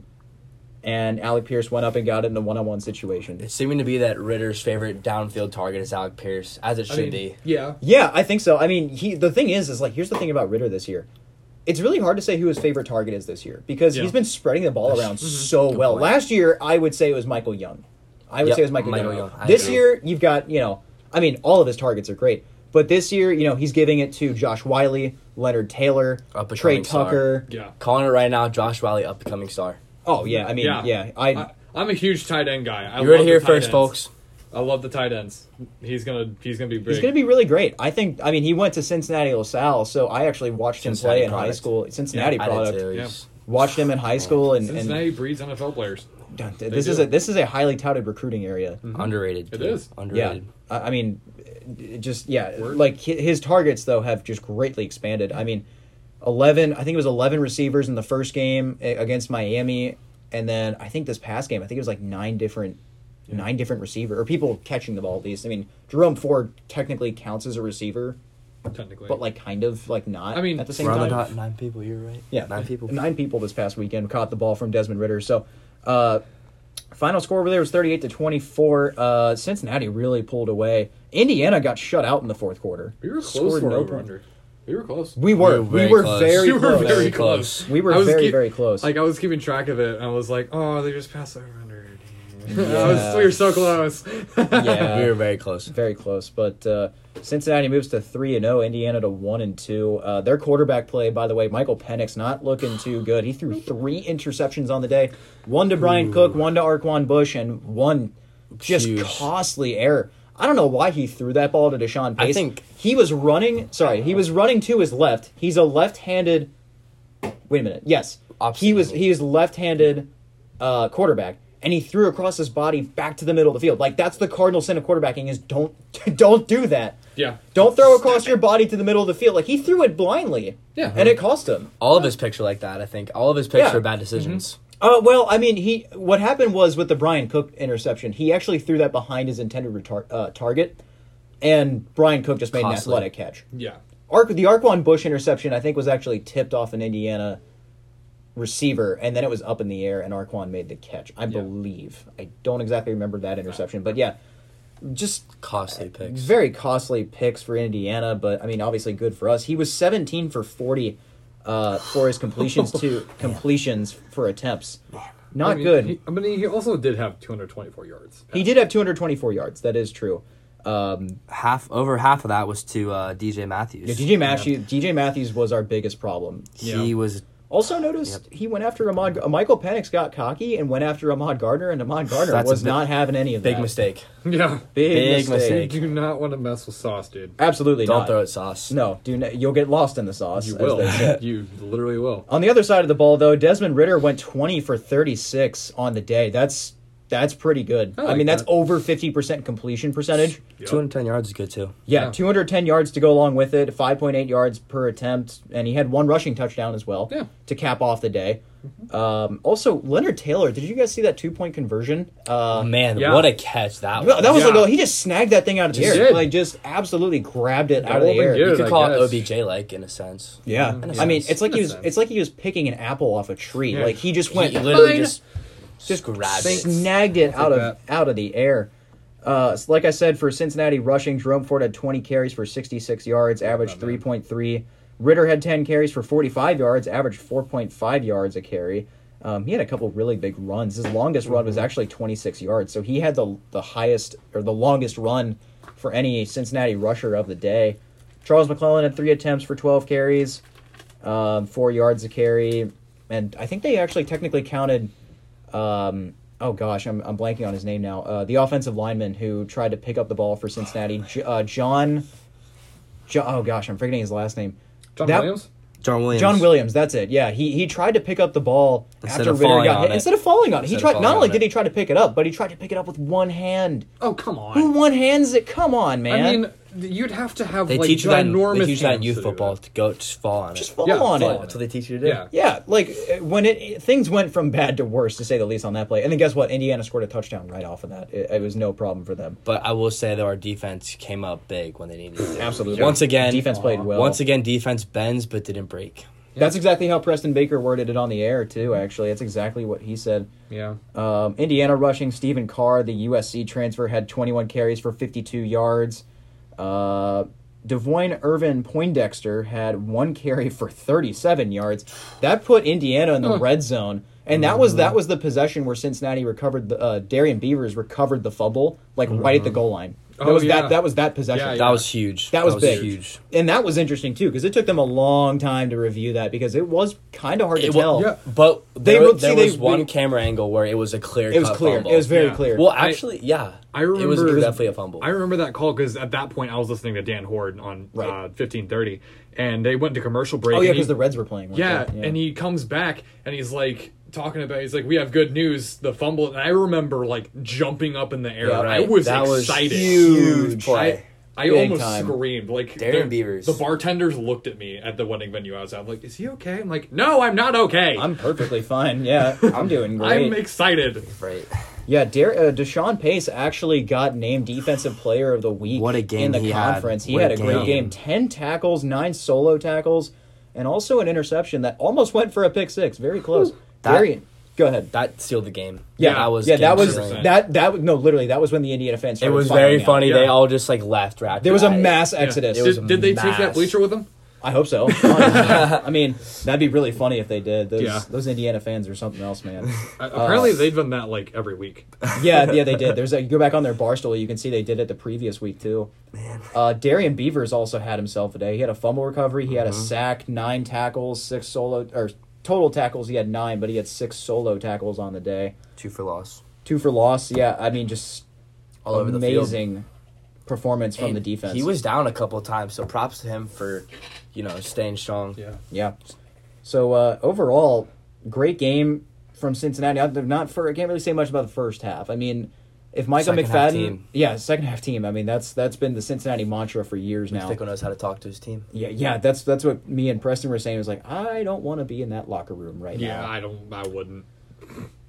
[SPEAKER 1] And Alec Pierce went up and got it in a one-on-one situation.
[SPEAKER 3] It's Oh, seeming to be that Ritter's favorite downfield target is Alec Pierce, as it
[SPEAKER 2] I
[SPEAKER 3] should
[SPEAKER 2] mean,
[SPEAKER 3] be.
[SPEAKER 2] yeah.
[SPEAKER 1] Yeah, I think so. I mean, he the thing is, is like here's the thing about Ritter this year. It's really hard to say who his favorite target is this year because
[SPEAKER 2] Yeah.
[SPEAKER 1] he's been spreading the ball around
[SPEAKER 3] Mm-hmm.
[SPEAKER 1] so well. Last year, I would say it was Michael Young. I would
[SPEAKER 3] Yep,
[SPEAKER 1] say it was Michael,
[SPEAKER 3] Michael
[SPEAKER 1] Young.
[SPEAKER 3] Young. I
[SPEAKER 1] This
[SPEAKER 3] agree.
[SPEAKER 1] year, you've got you know, I mean, all of his targets are great, but this year, you know, he's giving it to Josh Wiley, Leonard Taylor,
[SPEAKER 3] Up and
[SPEAKER 1] Trey
[SPEAKER 3] coming star.
[SPEAKER 1] Tucker.
[SPEAKER 2] Yeah.
[SPEAKER 3] Calling it right now, Josh Wiley, up and coming star.
[SPEAKER 1] Oh yeah, I mean,
[SPEAKER 2] Yeah.
[SPEAKER 1] yeah, I,
[SPEAKER 2] I, am a huge tight end guy. I
[SPEAKER 3] You heard
[SPEAKER 2] love
[SPEAKER 3] it here
[SPEAKER 2] the tight
[SPEAKER 3] first,
[SPEAKER 2] ends.
[SPEAKER 3] folks.
[SPEAKER 2] I love the tight ends. He's gonna. He's gonna be big.
[SPEAKER 1] He's going to be really great. I think. I mean, he went to Cincinnati LaSalle, so I actually watched
[SPEAKER 3] Cincinnati
[SPEAKER 1] him play in high
[SPEAKER 3] product.
[SPEAKER 1] school. Cincinnati
[SPEAKER 3] I did
[SPEAKER 1] product.
[SPEAKER 3] too. Oh,
[SPEAKER 2] Yeah.
[SPEAKER 3] He's-
[SPEAKER 1] Watched him in high school, and, and
[SPEAKER 2] Cincinnati breeds NFL players.
[SPEAKER 1] Dun- this
[SPEAKER 2] do. Mm-hmm.
[SPEAKER 1] is a this is a highly touted recruiting area.
[SPEAKER 3] Underrated.
[SPEAKER 2] It
[SPEAKER 3] too.
[SPEAKER 2] is.
[SPEAKER 1] Yeah,
[SPEAKER 3] Underrated.
[SPEAKER 1] I, I mean, it just yeah,
[SPEAKER 2] Word.
[SPEAKER 1] like hi- his targets though have just greatly expanded. I mean, eleven. I think it was eleven receivers in the first game a- against Miami, and then I think this past game, I think it was like nine different. Nine different receiver or people catching the ball at least. I mean, Jerome Ford technically counts as a receiver,
[SPEAKER 2] Technically,
[SPEAKER 1] but like kind of like not.
[SPEAKER 2] I mean,
[SPEAKER 1] at the same
[SPEAKER 3] We're
[SPEAKER 1] time,
[SPEAKER 3] on the dot. Nine people. You're right.
[SPEAKER 1] yeah,
[SPEAKER 3] Nine people.
[SPEAKER 1] Nine people this past weekend caught the ball from Desmond Ritter. So, uh, final score over there was thirty-eight to twenty-four. Uh, Cincinnati really pulled away. Indiana got shut out in the fourth quarter.
[SPEAKER 2] we were close
[SPEAKER 1] Scored
[SPEAKER 2] for
[SPEAKER 1] no
[SPEAKER 2] over
[SPEAKER 1] point.
[SPEAKER 2] under. We were close.
[SPEAKER 1] We were.
[SPEAKER 3] We were
[SPEAKER 1] We were
[SPEAKER 3] very
[SPEAKER 1] very
[SPEAKER 2] we were
[SPEAKER 1] close.
[SPEAKER 2] very
[SPEAKER 3] Very
[SPEAKER 2] close.
[SPEAKER 3] close.
[SPEAKER 1] We were
[SPEAKER 2] I was
[SPEAKER 1] very,
[SPEAKER 2] keep-
[SPEAKER 1] very close.
[SPEAKER 2] Like I was keeping track of it, and I was like, "Oh, they just passed over under." I was, we were so close.
[SPEAKER 1] yeah,
[SPEAKER 3] we were very close.
[SPEAKER 1] very close. But uh, Cincinnati moves to three and zero. Indiana to one and two. Uh, Their quarterback play, by the way, Michael Penix, not looking too good. He threw three interceptions on the day: one to Brian Cook, one to Arquan Bush, and one just
[SPEAKER 3] Huge.
[SPEAKER 1] costly error. I don't know why he threw that ball to Deshaun
[SPEAKER 3] I
[SPEAKER 1] Pace.
[SPEAKER 3] think-
[SPEAKER 1] he was running. Sorry, he was running to his left. He's a left-handed. Wait a minute. Yes,
[SPEAKER 3] Opposite
[SPEAKER 1] he was.
[SPEAKER 3] angle.
[SPEAKER 1] He is left-handed uh, quarterback, and he threw across his body back to the middle of the field. Like that's the cardinal sin of quarterbacking is don't don't do that.
[SPEAKER 2] yeah,
[SPEAKER 1] Don't throw across your body to the middle of the field. Like he threw it blindly.
[SPEAKER 2] Yeah.
[SPEAKER 1] and it cost him.
[SPEAKER 3] All of his picks are like that. I think all of his picks
[SPEAKER 1] Yeah.
[SPEAKER 3] are bad decisions.
[SPEAKER 1] Uh, well, I mean, he what happened was with the Brian Cook interception, he actually threw that behind his intended retar- uh, target, and Brian Cook just made an
[SPEAKER 3] Costly.
[SPEAKER 1] athletic catch.
[SPEAKER 2] yeah.
[SPEAKER 1] Arc the Arquan Bush interception, I think, was actually tipped off an Indiana receiver, and then it was up in the air, and Arquan made the catch. I believe. I don't exactly remember that interception, but yeah, just
[SPEAKER 3] Costly picks.
[SPEAKER 1] very costly picks for Indiana, but I mean, obviously good for us. He was 17 for 40 uh, for his completions to completions for attempts. Not
[SPEAKER 2] I mean,
[SPEAKER 1] good.
[SPEAKER 2] He, I mean, he also did have 224 yards.
[SPEAKER 1] he did have 224 yards. That is true. Um,
[SPEAKER 3] Half over half of that was to uh, DJ Matthews.
[SPEAKER 1] DJ Matthews. DJ Matthews was our biggest problem.
[SPEAKER 3] He
[SPEAKER 2] Yeah.
[SPEAKER 3] was
[SPEAKER 1] Also noticed he went after Ahmad. uh, Michael Penix got cocky and went after Ahmad Gardner, and Ahmad Gardner
[SPEAKER 3] That's a
[SPEAKER 1] was
[SPEAKER 3] big-
[SPEAKER 1] not having any of that.
[SPEAKER 3] big mistake.
[SPEAKER 2] Yeah,
[SPEAKER 1] Big,
[SPEAKER 3] Big
[SPEAKER 1] mistake.
[SPEAKER 3] mistake.
[SPEAKER 2] do not want to mess with sauce, dude.
[SPEAKER 1] Absolutely
[SPEAKER 3] Don't
[SPEAKER 1] not.
[SPEAKER 3] throw it sauce.
[SPEAKER 1] No, do not, you'll get lost in the sauce.
[SPEAKER 2] You
[SPEAKER 1] as they say.
[SPEAKER 2] will. you literally will.
[SPEAKER 1] On the other side of the ball, though, Desmond Ritter went 20 for 36 on the day. That's That's pretty good. I,
[SPEAKER 3] like
[SPEAKER 1] mean, that's
[SPEAKER 3] that.
[SPEAKER 1] over fifty percent completion percentage.
[SPEAKER 2] Yep.
[SPEAKER 3] 210 yards is good too.
[SPEAKER 1] Yeah,
[SPEAKER 3] Yeah.
[SPEAKER 1] 210 yards to go along with it, 5.8 yards per attempt, and he had one rushing touchdown as well
[SPEAKER 3] Yeah.
[SPEAKER 1] to cap off the day. Um, also, Leonard Taylor, did you guys see that two point conversion?
[SPEAKER 3] Oh,
[SPEAKER 1] Uh,
[SPEAKER 3] man,
[SPEAKER 2] Yeah.
[SPEAKER 3] what a catch that was.
[SPEAKER 1] that was like
[SPEAKER 2] Yeah.
[SPEAKER 1] a, he just snagged that thing out of the air,
[SPEAKER 3] did.
[SPEAKER 1] like just absolutely grabbed it out of
[SPEAKER 2] Golden
[SPEAKER 1] the air.
[SPEAKER 2] goose.
[SPEAKER 3] you
[SPEAKER 2] good,
[SPEAKER 3] could
[SPEAKER 2] I
[SPEAKER 3] call
[SPEAKER 2] guess.
[SPEAKER 3] it OBJ like in a sense.
[SPEAKER 1] Yeah,
[SPEAKER 3] In a
[SPEAKER 1] I mean,
[SPEAKER 3] sense.
[SPEAKER 1] it's like he was
[SPEAKER 2] sense.
[SPEAKER 1] it's like he was picking an apple off a tree.
[SPEAKER 2] Yeah.
[SPEAKER 1] Like he just went
[SPEAKER 3] he literally
[SPEAKER 1] "Fine."
[SPEAKER 3] just just grabbed it.
[SPEAKER 1] snagged it out of
[SPEAKER 3] that.
[SPEAKER 1] out of the air. Uh, s- like I said, for Cincinnati rushing, Jerome Ford had 20 carries for 66 yards, averaged 3.3. Ritter had 10 carries for 45 yards, averaged 4.5 yards a carry. Um, he had a couple really big runs. His longest run was actually 26 yards, so he had the the highest or the longest run for any Cincinnati rusher of the day. Charles McClellan had three attempts for 12 carries, um, four yards a carry, and I think they actually technically counted um, oh gosh, I'm, I'm blanking on his name now. Uh, the offensive lineman who tried to pick up the ball for Cincinnati, J- uh, John, jo- Oh gosh, I'm forgetting his last name.
[SPEAKER 2] John
[SPEAKER 1] That-
[SPEAKER 2] Williams.
[SPEAKER 3] John Williams.
[SPEAKER 1] John Williams, that's it. Yeah, he he tried to pick up the ball
[SPEAKER 3] Instead
[SPEAKER 1] after
[SPEAKER 3] of
[SPEAKER 1] Ritter
[SPEAKER 3] falling
[SPEAKER 1] got
[SPEAKER 3] on
[SPEAKER 1] hit.
[SPEAKER 3] it.
[SPEAKER 1] Instead of falling on it, he
[SPEAKER 3] Instead of
[SPEAKER 1] tried.
[SPEAKER 3] falling
[SPEAKER 1] Not
[SPEAKER 3] on
[SPEAKER 1] only
[SPEAKER 3] it.
[SPEAKER 1] did he try to pick it up, but he tried to pick it up with one hand.
[SPEAKER 2] Oh come on.
[SPEAKER 1] Who one hands it? Come on, man!
[SPEAKER 2] I mean, th- you'd have to have
[SPEAKER 3] They
[SPEAKER 2] like
[SPEAKER 3] teach you that in, they
[SPEAKER 2] ginormous
[SPEAKER 3] teach you that in
[SPEAKER 2] hands
[SPEAKER 3] youth
[SPEAKER 2] to do
[SPEAKER 3] football
[SPEAKER 2] that.
[SPEAKER 3] to go just fall on it.
[SPEAKER 1] just fall
[SPEAKER 2] yeah,
[SPEAKER 1] on
[SPEAKER 2] fall
[SPEAKER 1] it.
[SPEAKER 2] on
[SPEAKER 3] That's what they teach you to do.
[SPEAKER 2] Yeah.
[SPEAKER 1] Yeah, like uh, when it- it things went from bad to worse, to say the least, on that play. And then guess what? Indiana scored a touchdown right off of that. It, it was no problem for them.
[SPEAKER 3] But I will say though, our defense came up big when they needed to.
[SPEAKER 1] Absolutely.
[SPEAKER 3] Once again,
[SPEAKER 1] defense played well.
[SPEAKER 3] Once again, defense bends but didn't break.
[SPEAKER 1] that's exactly how Preston Baker worded it on the air too. Actually, that's exactly what he said.
[SPEAKER 2] Yeah.
[SPEAKER 1] Um, Indiana rushing Stephen Carr, the USC transfer, had 21 carries for 52 yards. Uh, Devoyne Irvin Poindexter had one carry for 37 yards. That put Indiana in the red zone, and that was
[SPEAKER 2] Mm-hmm.
[SPEAKER 1] that was the possession where Cincinnati recovered the uh, Darian Beavers recovered the fumble like right at the goal line. That
[SPEAKER 2] Oh,
[SPEAKER 1] was
[SPEAKER 2] yeah.
[SPEAKER 1] that that was that possession.
[SPEAKER 2] Yeah,
[SPEAKER 3] That
[SPEAKER 2] yeah.
[SPEAKER 3] was huge.
[SPEAKER 1] That was, big.
[SPEAKER 3] huge.
[SPEAKER 1] And that was interesting too because it took them a long time to review that because it was kind of hard to
[SPEAKER 3] It
[SPEAKER 1] tell.
[SPEAKER 3] was,
[SPEAKER 2] Yeah.
[SPEAKER 3] but there,
[SPEAKER 1] would- see,
[SPEAKER 3] there
[SPEAKER 1] they
[SPEAKER 3] was one
[SPEAKER 1] would-
[SPEAKER 3] camera angle where it was a clear.
[SPEAKER 1] It was clear. It was very
[SPEAKER 2] Yeah.
[SPEAKER 1] clear.
[SPEAKER 3] well. Actually, yeah,
[SPEAKER 2] I remember
[SPEAKER 3] it was, it was definitely a fumble.
[SPEAKER 2] I remember that call because at that point I was listening to Dan Horde on
[SPEAKER 1] Right.
[SPEAKER 2] uh, fifteen thirty, and they went to commercial break.
[SPEAKER 1] oh yeah,
[SPEAKER 2] and he-
[SPEAKER 1] because the Reds were playing. weren't
[SPEAKER 2] yeah,
[SPEAKER 1] they?
[SPEAKER 2] and he comes back and he's like talking about he's like we have good news the fumble and I remember like jumping up in the air.
[SPEAKER 1] Yeah,
[SPEAKER 2] and I
[SPEAKER 3] right.
[SPEAKER 2] was
[SPEAKER 3] That was
[SPEAKER 2] excited.
[SPEAKER 3] huge
[SPEAKER 2] I,
[SPEAKER 3] play.
[SPEAKER 2] I
[SPEAKER 1] Big
[SPEAKER 2] almost
[SPEAKER 1] time.
[SPEAKER 2] screamed like
[SPEAKER 3] Darren
[SPEAKER 2] the-
[SPEAKER 3] Beavers.
[SPEAKER 2] The bartenders looked at me at the wedding venue I was at. I'm like, is he okay? I'm like, no, I'm not okay.
[SPEAKER 1] I'm perfectly fine. Yeah, I'm doing great.
[SPEAKER 2] I'm excited.
[SPEAKER 3] right.
[SPEAKER 1] yeah, Dar- uh, Deshaun Pace actually got named Defensive Player of the Week.
[SPEAKER 3] What a game
[SPEAKER 1] in the
[SPEAKER 3] he had.
[SPEAKER 1] conference. He
[SPEAKER 3] What
[SPEAKER 1] had
[SPEAKER 3] a
[SPEAKER 1] a great game.
[SPEAKER 3] game.
[SPEAKER 1] Ten tackles, nine solo tackles, and also an interception that almost went for a pick six. Very close.
[SPEAKER 3] That-
[SPEAKER 1] Very. Go ahead.
[SPEAKER 3] That sealed the game.
[SPEAKER 1] Yeah,
[SPEAKER 3] that was
[SPEAKER 1] yeah. That
[SPEAKER 3] game
[SPEAKER 1] was
[SPEAKER 3] sealing.
[SPEAKER 2] 100%.
[SPEAKER 1] that that was no. Literally, that was when the Indiana fans.
[SPEAKER 3] It
[SPEAKER 1] started
[SPEAKER 3] was
[SPEAKER 1] filing
[SPEAKER 3] very
[SPEAKER 1] out.
[SPEAKER 3] funny. They
[SPEAKER 2] Yeah.
[SPEAKER 3] all just like laughed. Right after
[SPEAKER 1] There was a
[SPEAKER 3] that.
[SPEAKER 1] mass
[SPEAKER 2] Yeah.
[SPEAKER 1] exodus.
[SPEAKER 3] was
[SPEAKER 2] Did, did they take that
[SPEAKER 3] mass.
[SPEAKER 2] bleacher with them?
[SPEAKER 1] I hope so. Oh, I mean, that'd be really funny if they did. Those,
[SPEAKER 2] Yeah.
[SPEAKER 1] those Indiana fans are something else, man.
[SPEAKER 2] Uh, apparently they've done that like every week.
[SPEAKER 1] yeah, yeah, they did. There's a, you go back on their bar stool, you can see they did it the previous week too. Uh, Darian Beavers also had himself a day. He had a fumble recovery. He had a sack, nine tackles, six solo or total tackles. He had nine, but he had six solo tackles on the day.
[SPEAKER 3] two for loss.
[SPEAKER 1] Two for loss. Yeah, I mean, just
[SPEAKER 3] All over the field.
[SPEAKER 1] amazing performance from the
[SPEAKER 3] And
[SPEAKER 1] defense.
[SPEAKER 3] He was down a couple of times, so props to him for, you know, staying strong.
[SPEAKER 2] Yeah.
[SPEAKER 1] Yeah. So uh, overall, great game from Cincinnati. I, they're not for, I can't really say much about the first half. I mean, if Michael
[SPEAKER 3] Second half
[SPEAKER 1] McFadden,
[SPEAKER 3] team.
[SPEAKER 1] yeah, second half team. I mean, that's that's been the Cincinnati mantra for years now.
[SPEAKER 3] Fickle knows how to talk to his team.
[SPEAKER 1] Yeah, yeah, that's that's what me and Preston were saying. It was like, I don't want to be in that locker room right
[SPEAKER 2] Yeah,
[SPEAKER 1] now.
[SPEAKER 2] I don't. I wouldn't.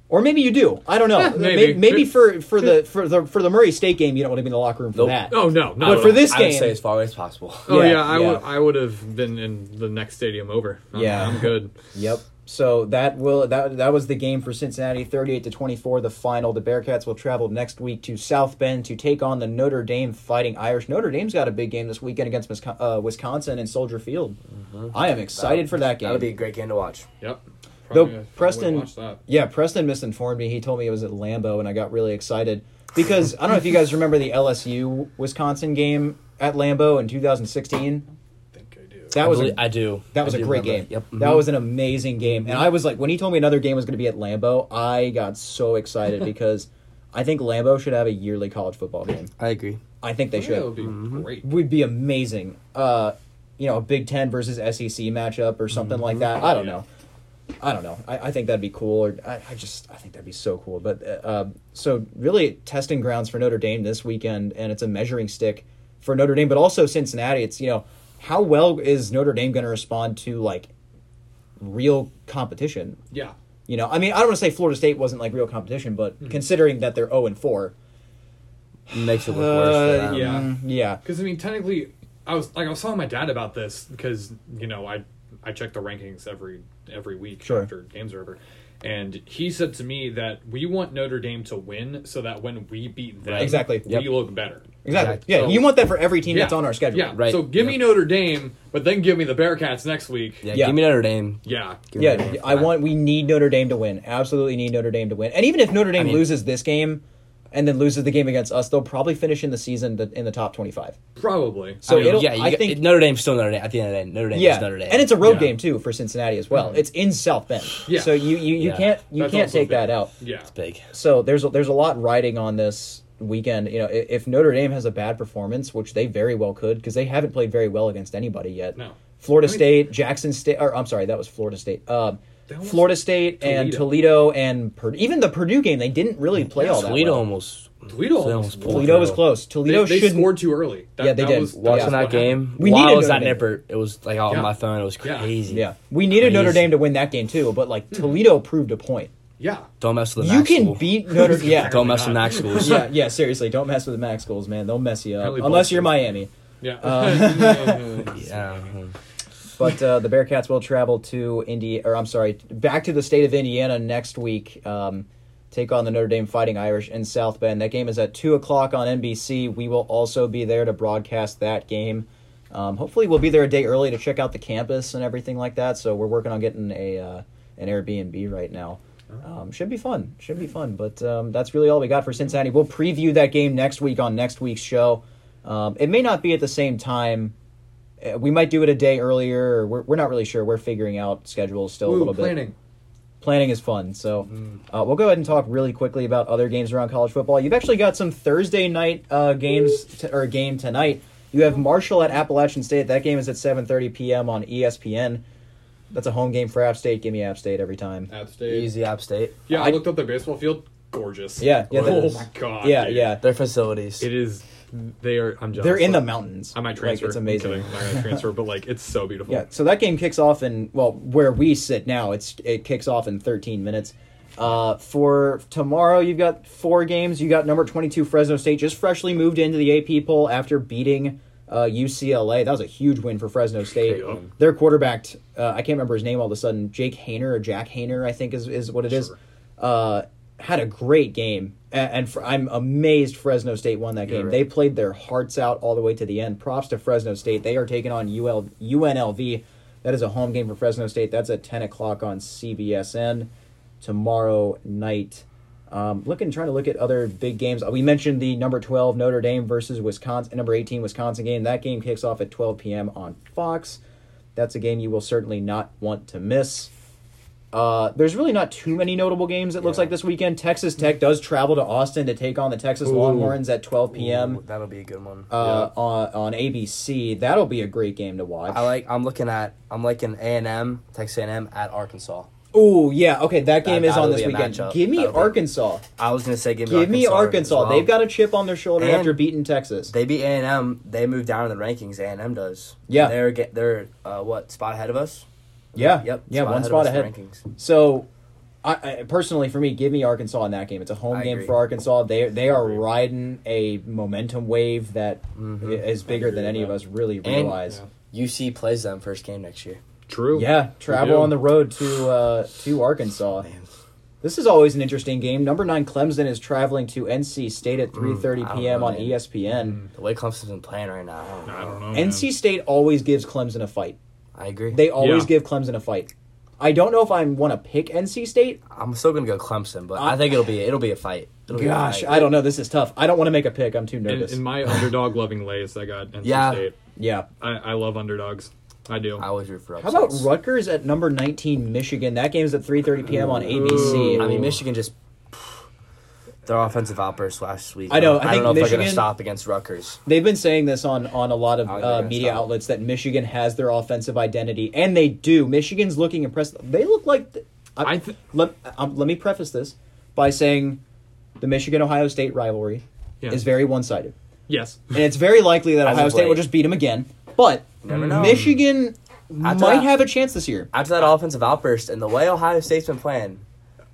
[SPEAKER 1] Or maybe you do. I don't know. May- maybe.
[SPEAKER 2] maybe.
[SPEAKER 1] for for the for the for the Murray State game, you don't want to be in the locker room for
[SPEAKER 3] Nope.
[SPEAKER 1] that.
[SPEAKER 2] Oh no, no.
[SPEAKER 1] but for this
[SPEAKER 3] I would say
[SPEAKER 1] game,
[SPEAKER 3] as far away as possible.
[SPEAKER 2] oh
[SPEAKER 1] yeah,
[SPEAKER 2] yeah, I
[SPEAKER 1] yeah.
[SPEAKER 2] would. I would have been in the next stadium over. I'm,
[SPEAKER 1] Yeah.
[SPEAKER 2] I'm good.
[SPEAKER 1] Yep. So that will that that was the game for Cincinnati, thirty-eight to twenty-four, the final. The Bearcats will travel next week to South Bend to take on the Notre Dame Fighting Irish. Notre Dame's got a big game this weekend against Wisco- uh, Wisconsin in Soldier Field. I am excited for that game.
[SPEAKER 3] That would Mm-hmm. be a great game to watch.
[SPEAKER 2] Yep.
[SPEAKER 1] Though
[SPEAKER 2] Probably- I would've
[SPEAKER 1] Preston-
[SPEAKER 2] watched that.
[SPEAKER 1] Yeah, Preston misinformed me. He told me it was at Lambeau, and I got really excited because I don't know if you guys remember the LSU Wisconsin game at Lambeau in 2016.
[SPEAKER 2] I think I do.
[SPEAKER 1] That was
[SPEAKER 3] I,
[SPEAKER 1] a
[SPEAKER 3] believe- I do.
[SPEAKER 1] That was
[SPEAKER 3] I
[SPEAKER 1] a
[SPEAKER 3] do
[SPEAKER 1] great game.
[SPEAKER 3] remember. Yep. Mm-hmm.
[SPEAKER 1] That was an amazing game. And I was like, when he told me another game was going to be at Lambeau, I got so excited because I think Lambeau should have a yearly college football game.
[SPEAKER 3] I agree.
[SPEAKER 1] I think they
[SPEAKER 2] Yeah, that would
[SPEAKER 1] should.
[SPEAKER 2] be great.
[SPEAKER 1] Would be E amazing. Uh, you know, a Big Ten versus SEC matchup or something like that. I don't
[SPEAKER 2] Mm-hmm. Yeah.
[SPEAKER 1] know. I don't know. I, I think that'd be cool, or I, I just I think that'd be so cool. But uh, uh, so really, testing grounds for Notre Dame this weekend, and it's a measuring stick for Notre Dame, but also Cincinnati. It's you know how well is Notre Dame going to respond to like real competition?
[SPEAKER 2] Yeah.
[SPEAKER 1] You know, I mean, I don't want to say Florida State wasn't like real competition, but
[SPEAKER 2] Mm-hmm.
[SPEAKER 1] considering that they're zero and four,
[SPEAKER 3] Makes it look worse. um, for them.
[SPEAKER 2] Uh, yeah.
[SPEAKER 1] mm, yeah,
[SPEAKER 2] Because I mean, technically, I was like I was telling my dad about this because you know I I check the rankings every every week
[SPEAKER 1] Sure.
[SPEAKER 2] after games are over, and he said to me that we want Notre Dame to win so that when we beat them,
[SPEAKER 1] Exactly.
[SPEAKER 2] we
[SPEAKER 1] Yep.
[SPEAKER 2] look better.
[SPEAKER 1] exactly.
[SPEAKER 3] Exactly.
[SPEAKER 1] Yeah,
[SPEAKER 2] So-
[SPEAKER 1] you want that for every team that's
[SPEAKER 2] Yeah.
[SPEAKER 1] on our schedule.
[SPEAKER 2] Yeah,
[SPEAKER 3] Right.
[SPEAKER 2] So give me
[SPEAKER 3] Yep.
[SPEAKER 2] Notre Dame, but then give me the Bearcats next week.
[SPEAKER 3] Yeah,
[SPEAKER 1] Yeah.
[SPEAKER 3] give me Notre Dame.
[SPEAKER 2] Yeah.
[SPEAKER 3] Give me Notre
[SPEAKER 1] Yeah,
[SPEAKER 3] Dame.
[SPEAKER 1] I want. We need Notre Dame to win. Absolutely need Notre Dame to win. And even if Notre Dame
[SPEAKER 3] mean-
[SPEAKER 1] loses this game, and then loses the game against us, they'll probably finish in the season th- in the top twenty-five.
[SPEAKER 2] Probably.
[SPEAKER 1] So
[SPEAKER 3] I mean,
[SPEAKER 1] it'll,
[SPEAKER 3] yeah, you
[SPEAKER 1] I
[SPEAKER 3] got-
[SPEAKER 1] think,
[SPEAKER 3] Notre Dame's still Notre Dame. At the end of the day, Notre Dame
[SPEAKER 1] yeah,
[SPEAKER 3] is Notre Dame,
[SPEAKER 1] and it's a road
[SPEAKER 2] Yeah.
[SPEAKER 1] game too for Cincinnati as well. It's in South Bend,
[SPEAKER 2] Mm-hmm. Yeah.
[SPEAKER 1] so you you, you
[SPEAKER 3] Yeah.
[SPEAKER 1] can't you
[SPEAKER 2] That's
[SPEAKER 1] can't
[SPEAKER 2] also
[SPEAKER 1] take that
[SPEAKER 2] big.
[SPEAKER 1] out.
[SPEAKER 2] yeah.
[SPEAKER 3] big.
[SPEAKER 1] So there's a, there's a lot riding on this weekend. You know, i- if Notre Dame has a bad performance, which they very well could, because they haven't played very well against anybody yet.
[SPEAKER 2] No.
[SPEAKER 1] Florida
[SPEAKER 2] I mean-
[SPEAKER 1] State, Jackson State, or I'm sorry, that was Florida State. Um,
[SPEAKER 2] They almost-
[SPEAKER 1] Florida State and Toledo and Purdue, even the Purdue game, they didn't really play all that.
[SPEAKER 3] Toledo
[SPEAKER 1] well.
[SPEAKER 3] almost.
[SPEAKER 2] Toledo
[SPEAKER 3] Toledo
[SPEAKER 2] almost
[SPEAKER 3] almost
[SPEAKER 2] won.
[SPEAKER 3] pulled
[SPEAKER 1] Toledo was
[SPEAKER 3] Toledo.
[SPEAKER 1] close.
[SPEAKER 2] They,
[SPEAKER 1] Toledo
[SPEAKER 2] they
[SPEAKER 1] should.
[SPEAKER 2] scored too early. That,
[SPEAKER 1] Yeah, they
[SPEAKER 2] that
[SPEAKER 1] did.
[SPEAKER 2] Was, that
[SPEAKER 1] Watching
[SPEAKER 2] was
[SPEAKER 3] Watching
[SPEAKER 2] what
[SPEAKER 3] that game,
[SPEAKER 2] happened.
[SPEAKER 1] We
[SPEAKER 3] while I
[SPEAKER 1] needed
[SPEAKER 3] was at
[SPEAKER 1] Notre Dame.
[SPEAKER 3] Nippert, it was like on
[SPEAKER 2] Yeah.
[SPEAKER 3] my phone. It was
[SPEAKER 2] Yeah.
[SPEAKER 3] crazy.
[SPEAKER 1] Yeah, we needed Notre
[SPEAKER 3] Crazy.
[SPEAKER 1] Dame to win that game too, but like
[SPEAKER 2] Hmm.
[SPEAKER 1] Toledo proved a point.
[SPEAKER 2] Yeah.
[SPEAKER 3] Don't mess with the
[SPEAKER 1] You
[SPEAKER 3] Mac
[SPEAKER 1] can
[SPEAKER 3] school.
[SPEAKER 1] beat Notre. Yeah,
[SPEAKER 2] Oh
[SPEAKER 3] Don't mess with Mac schools.
[SPEAKER 1] yeah, yeah. Seriously, don't mess with the Max goals, man. They'll mess you up.
[SPEAKER 2] Apparently
[SPEAKER 1] Unless
[SPEAKER 2] both
[SPEAKER 1] you're
[SPEAKER 2] do.
[SPEAKER 1] Miami.
[SPEAKER 2] Yeah.
[SPEAKER 1] Uh,
[SPEAKER 3] Yeah.
[SPEAKER 1] But uh, the Bearcats will travel to India, or I'm sorry, back to the state of Indiana next week. Um, take on the Notre Dame Fighting Irish in South Bend. That game is at two o'clock on NBC. We will also be there to broadcast that game. Um, hopefully, we'll be there a day early to check out the campus and everything like that. So we're working on getting a uh, an Airbnb right now. Um, should be fun. Should be fun. But um, that's really all we got for Cincinnati. We'll preview that game next week on next week's show. Um, it may not be at the same time uh, we might do it a day earlier. Or we're, we're not really sure. We're figuring out schedules still a
[SPEAKER 2] Ooh,
[SPEAKER 1] little bit.
[SPEAKER 2] planning. Mm.
[SPEAKER 1] Planning is fun. So uh, we'll go ahead and talk really quickly about other games around college football. You've actually got some Thursday night uh, games t- or game tonight. You have Marshall at Appalachian State. That game is at 7:30 p.m. on E ESPN. That's a home game for App State. Give me App State every time.
[SPEAKER 2] App State.
[SPEAKER 3] Easy App State.
[SPEAKER 2] Yeah, I,
[SPEAKER 1] I-
[SPEAKER 2] looked up their baseball field. Gorgeous.
[SPEAKER 1] Yeah, yeah, that
[SPEAKER 2] Oh
[SPEAKER 1] is-
[SPEAKER 2] my god.
[SPEAKER 1] yeah,
[SPEAKER 2] dude.
[SPEAKER 1] yeah.
[SPEAKER 3] Their facilities.
[SPEAKER 2] It is. They are. I'm jealous.
[SPEAKER 1] They're in the
[SPEAKER 2] Like,
[SPEAKER 1] mountains.
[SPEAKER 2] I might
[SPEAKER 1] Like,
[SPEAKER 2] transfer.
[SPEAKER 1] it's
[SPEAKER 2] I'm
[SPEAKER 1] amazing.
[SPEAKER 2] kidding. I'm not gonna transfer, but like it's so beautiful.
[SPEAKER 1] Yeah, so that game kicks off in well, where we sit now, it's it kicks off in 13 minutes. Uh, for tomorrow, you've got four games. You got number 22 Fresno State just freshly moved into the AP poll after beating uh, UCLA. That was a huge win for Fresno State.
[SPEAKER 2] Yeah.
[SPEAKER 1] Their quarterback, Um, uh, I can't remember his name all of a sudden. Jake Hayner or Jack Hayner, I think is is what it is.
[SPEAKER 2] Sure.
[SPEAKER 1] Uh, had a great game, A- and fr- I'm amazed Fresno State won that game.
[SPEAKER 3] right.
[SPEAKER 1] They played their hearts out all the way to the end. Props to Fresno State. They are taking on UL- UNLV. That is a home game for Fresno State. That's at 10 o'clock on CBSN tomorrow night. Um, looking, trying to look at other big games. Uh, We mentioned the number 12 Notre Dame versus Wisconsin, number 18 Wisconsin game. That game kicks off at 12 p.m. on Fox. That's a game you will certainly not want to miss. Uh, there's really not too many notable games. It looks like this weekend. Texas Tech does travel to Austin to take on the Texas Longhorns at 12 p.m.
[SPEAKER 3] Ooh, that'll be a good one.
[SPEAKER 1] Uh, on, on ABC. That'll be a great game to watch.
[SPEAKER 3] I like. I'm looking at. I'm liking A and M, Texas A and M at Arkansas.
[SPEAKER 1] Oh yeah, okay. That game
[SPEAKER 3] That-
[SPEAKER 1] is on
[SPEAKER 3] that'll
[SPEAKER 1] this
[SPEAKER 3] be a
[SPEAKER 1] weekend.
[SPEAKER 3] matchup.
[SPEAKER 1] Give me
[SPEAKER 3] That'll be-
[SPEAKER 1] Arkansas.
[SPEAKER 3] I was gonna say give me
[SPEAKER 1] Give me Arkansas.
[SPEAKER 3] as well.
[SPEAKER 1] They've got a chip on their shoulder
[SPEAKER 3] And-
[SPEAKER 1] after beating Texas.
[SPEAKER 3] They beat A and M. They moved down in the rankings. A and M does.
[SPEAKER 1] Yeah.
[SPEAKER 3] They're ge- they're uh, what spot ahead of us.
[SPEAKER 1] yeah,
[SPEAKER 3] Yep.
[SPEAKER 1] yeah, one
[SPEAKER 3] of
[SPEAKER 1] spot
[SPEAKER 3] us in
[SPEAKER 1] ahead.
[SPEAKER 3] Rankings.
[SPEAKER 1] So, I, I personally, for me, give me Arkansas in that game. It's a home
[SPEAKER 3] I
[SPEAKER 1] game
[SPEAKER 3] agree.
[SPEAKER 1] for Arkansas. They they are riding a momentum wave that i- is bigger
[SPEAKER 2] agree
[SPEAKER 1] than
[SPEAKER 2] with
[SPEAKER 1] any of
[SPEAKER 2] that.
[SPEAKER 1] us really
[SPEAKER 3] Mm-hmm. And-
[SPEAKER 1] realize.
[SPEAKER 3] UC plays them first game next year.
[SPEAKER 2] True.
[SPEAKER 1] Yeah, travel
[SPEAKER 2] do.
[SPEAKER 1] on the road to uh, to Arkansas. This is always an interesting game. Number nine Clemson is traveling to NC State at three thirty
[SPEAKER 3] Mm. I don't
[SPEAKER 1] p.m.
[SPEAKER 3] know,
[SPEAKER 1] on E
[SPEAKER 3] man.
[SPEAKER 1] ESPN.
[SPEAKER 3] The way Clemson's been playing right now, I don't know.
[SPEAKER 2] I don't know. man.
[SPEAKER 1] NC State always gives Clemson a fight.
[SPEAKER 3] I agree.
[SPEAKER 1] They always
[SPEAKER 2] Yeah.
[SPEAKER 1] give Clemson a fight. I don't know if I want to pick NC State.
[SPEAKER 3] I'm still gonna go Clemson, but
[SPEAKER 1] I-
[SPEAKER 3] I think it'll be it'll be a fight. It'll be a
[SPEAKER 1] Gosh,
[SPEAKER 3] fight.
[SPEAKER 1] I don't know. This is tough. I don't want to make a pick. I'm too
[SPEAKER 2] In,
[SPEAKER 1] nervous.
[SPEAKER 2] in my underdog loving lays, I got NC
[SPEAKER 3] Yeah.
[SPEAKER 2] State.
[SPEAKER 1] yeah.
[SPEAKER 2] I, I love underdogs. I do.
[SPEAKER 3] I always root for
[SPEAKER 1] How
[SPEAKER 3] upsets.
[SPEAKER 1] about Rutgers at number 19, Michigan? That game's at 3:30 p.m. on
[SPEAKER 2] Ooh.
[SPEAKER 1] ABC.
[SPEAKER 3] I mean, Michigan just Their offensive outburst last week.
[SPEAKER 1] I know, I
[SPEAKER 3] I,
[SPEAKER 1] think
[SPEAKER 3] don't know if they're going
[SPEAKER 1] Michigan-
[SPEAKER 3] to stop against Rutgers.
[SPEAKER 1] They've been saying this on on a lot of
[SPEAKER 3] Oh, I don't think
[SPEAKER 1] uh,
[SPEAKER 3] that's
[SPEAKER 1] media
[SPEAKER 3] how-
[SPEAKER 1] outlets that Michigan has their offensive identity, and they do. Michigan's looking impressive. They look like. th- I,
[SPEAKER 2] I thi-
[SPEAKER 1] let um, let me preface this by saying, the Michigan Ohio State rivalry
[SPEAKER 2] Yeah.
[SPEAKER 1] is very one sided,
[SPEAKER 2] Yes.
[SPEAKER 1] and it's very likely that
[SPEAKER 3] As
[SPEAKER 1] Ohio
[SPEAKER 3] of
[SPEAKER 1] State will
[SPEAKER 3] late.
[SPEAKER 1] just beat them again. But
[SPEAKER 3] Never know.
[SPEAKER 1] Michigan might
[SPEAKER 3] that-
[SPEAKER 1] have a chance this year.
[SPEAKER 3] After that offensive outburst and the way Ohio State's been playing,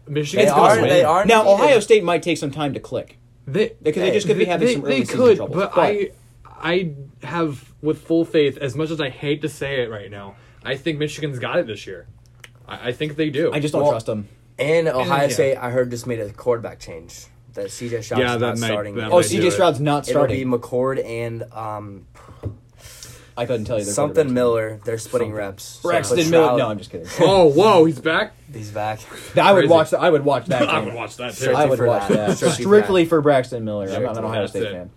[SPEAKER 2] Michigan
[SPEAKER 3] they
[SPEAKER 1] It's gonna
[SPEAKER 3] are
[SPEAKER 1] swing.
[SPEAKER 3] they are
[SPEAKER 1] now.
[SPEAKER 3] undefeated.
[SPEAKER 1] Ohio State might take some time to click
[SPEAKER 2] They,
[SPEAKER 1] because they just could be having some early season
[SPEAKER 2] could,
[SPEAKER 1] troubles.
[SPEAKER 2] But, I, I have with full faith. As much as I hate to say it right now, I think Michigan's got it this year. I, I think they do.
[SPEAKER 1] I just don't
[SPEAKER 3] Well,
[SPEAKER 1] trust them.
[SPEAKER 3] And Ohio
[SPEAKER 2] yeah.
[SPEAKER 3] State, I heard just made a quarterback change. That CJ Stroud's
[SPEAKER 2] Yeah,
[SPEAKER 3] not
[SPEAKER 2] that might-
[SPEAKER 3] starting.
[SPEAKER 2] that
[SPEAKER 3] now.
[SPEAKER 2] might
[SPEAKER 1] Oh,
[SPEAKER 2] do
[SPEAKER 1] CJ
[SPEAKER 2] it.
[SPEAKER 1] Stroud's not
[SPEAKER 3] It'll
[SPEAKER 1] starting.
[SPEAKER 3] be McCord and um,
[SPEAKER 1] I couldn't tell you their
[SPEAKER 3] something
[SPEAKER 1] quarterbacks.
[SPEAKER 3] Miller. They're splitting reps. So
[SPEAKER 1] Braxton
[SPEAKER 3] put
[SPEAKER 1] Miller.
[SPEAKER 3] Stroud-
[SPEAKER 1] No, I'm just kidding.
[SPEAKER 2] oh, whoa, he's back.
[SPEAKER 3] He's back.
[SPEAKER 1] I would
[SPEAKER 2] Crazy.
[SPEAKER 1] watch. I would watch that.
[SPEAKER 2] I
[SPEAKER 1] game.
[SPEAKER 2] would watch that too.
[SPEAKER 3] Sure.
[SPEAKER 1] I would
[SPEAKER 3] for
[SPEAKER 1] watch
[SPEAKER 3] that.
[SPEAKER 1] that
[SPEAKER 3] Strictly
[SPEAKER 1] strictly for Braxton Miller. I'm not an
[SPEAKER 2] Strictly,
[SPEAKER 1] Ohio
[SPEAKER 2] that's
[SPEAKER 1] State
[SPEAKER 2] it.
[SPEAKER 1] fan,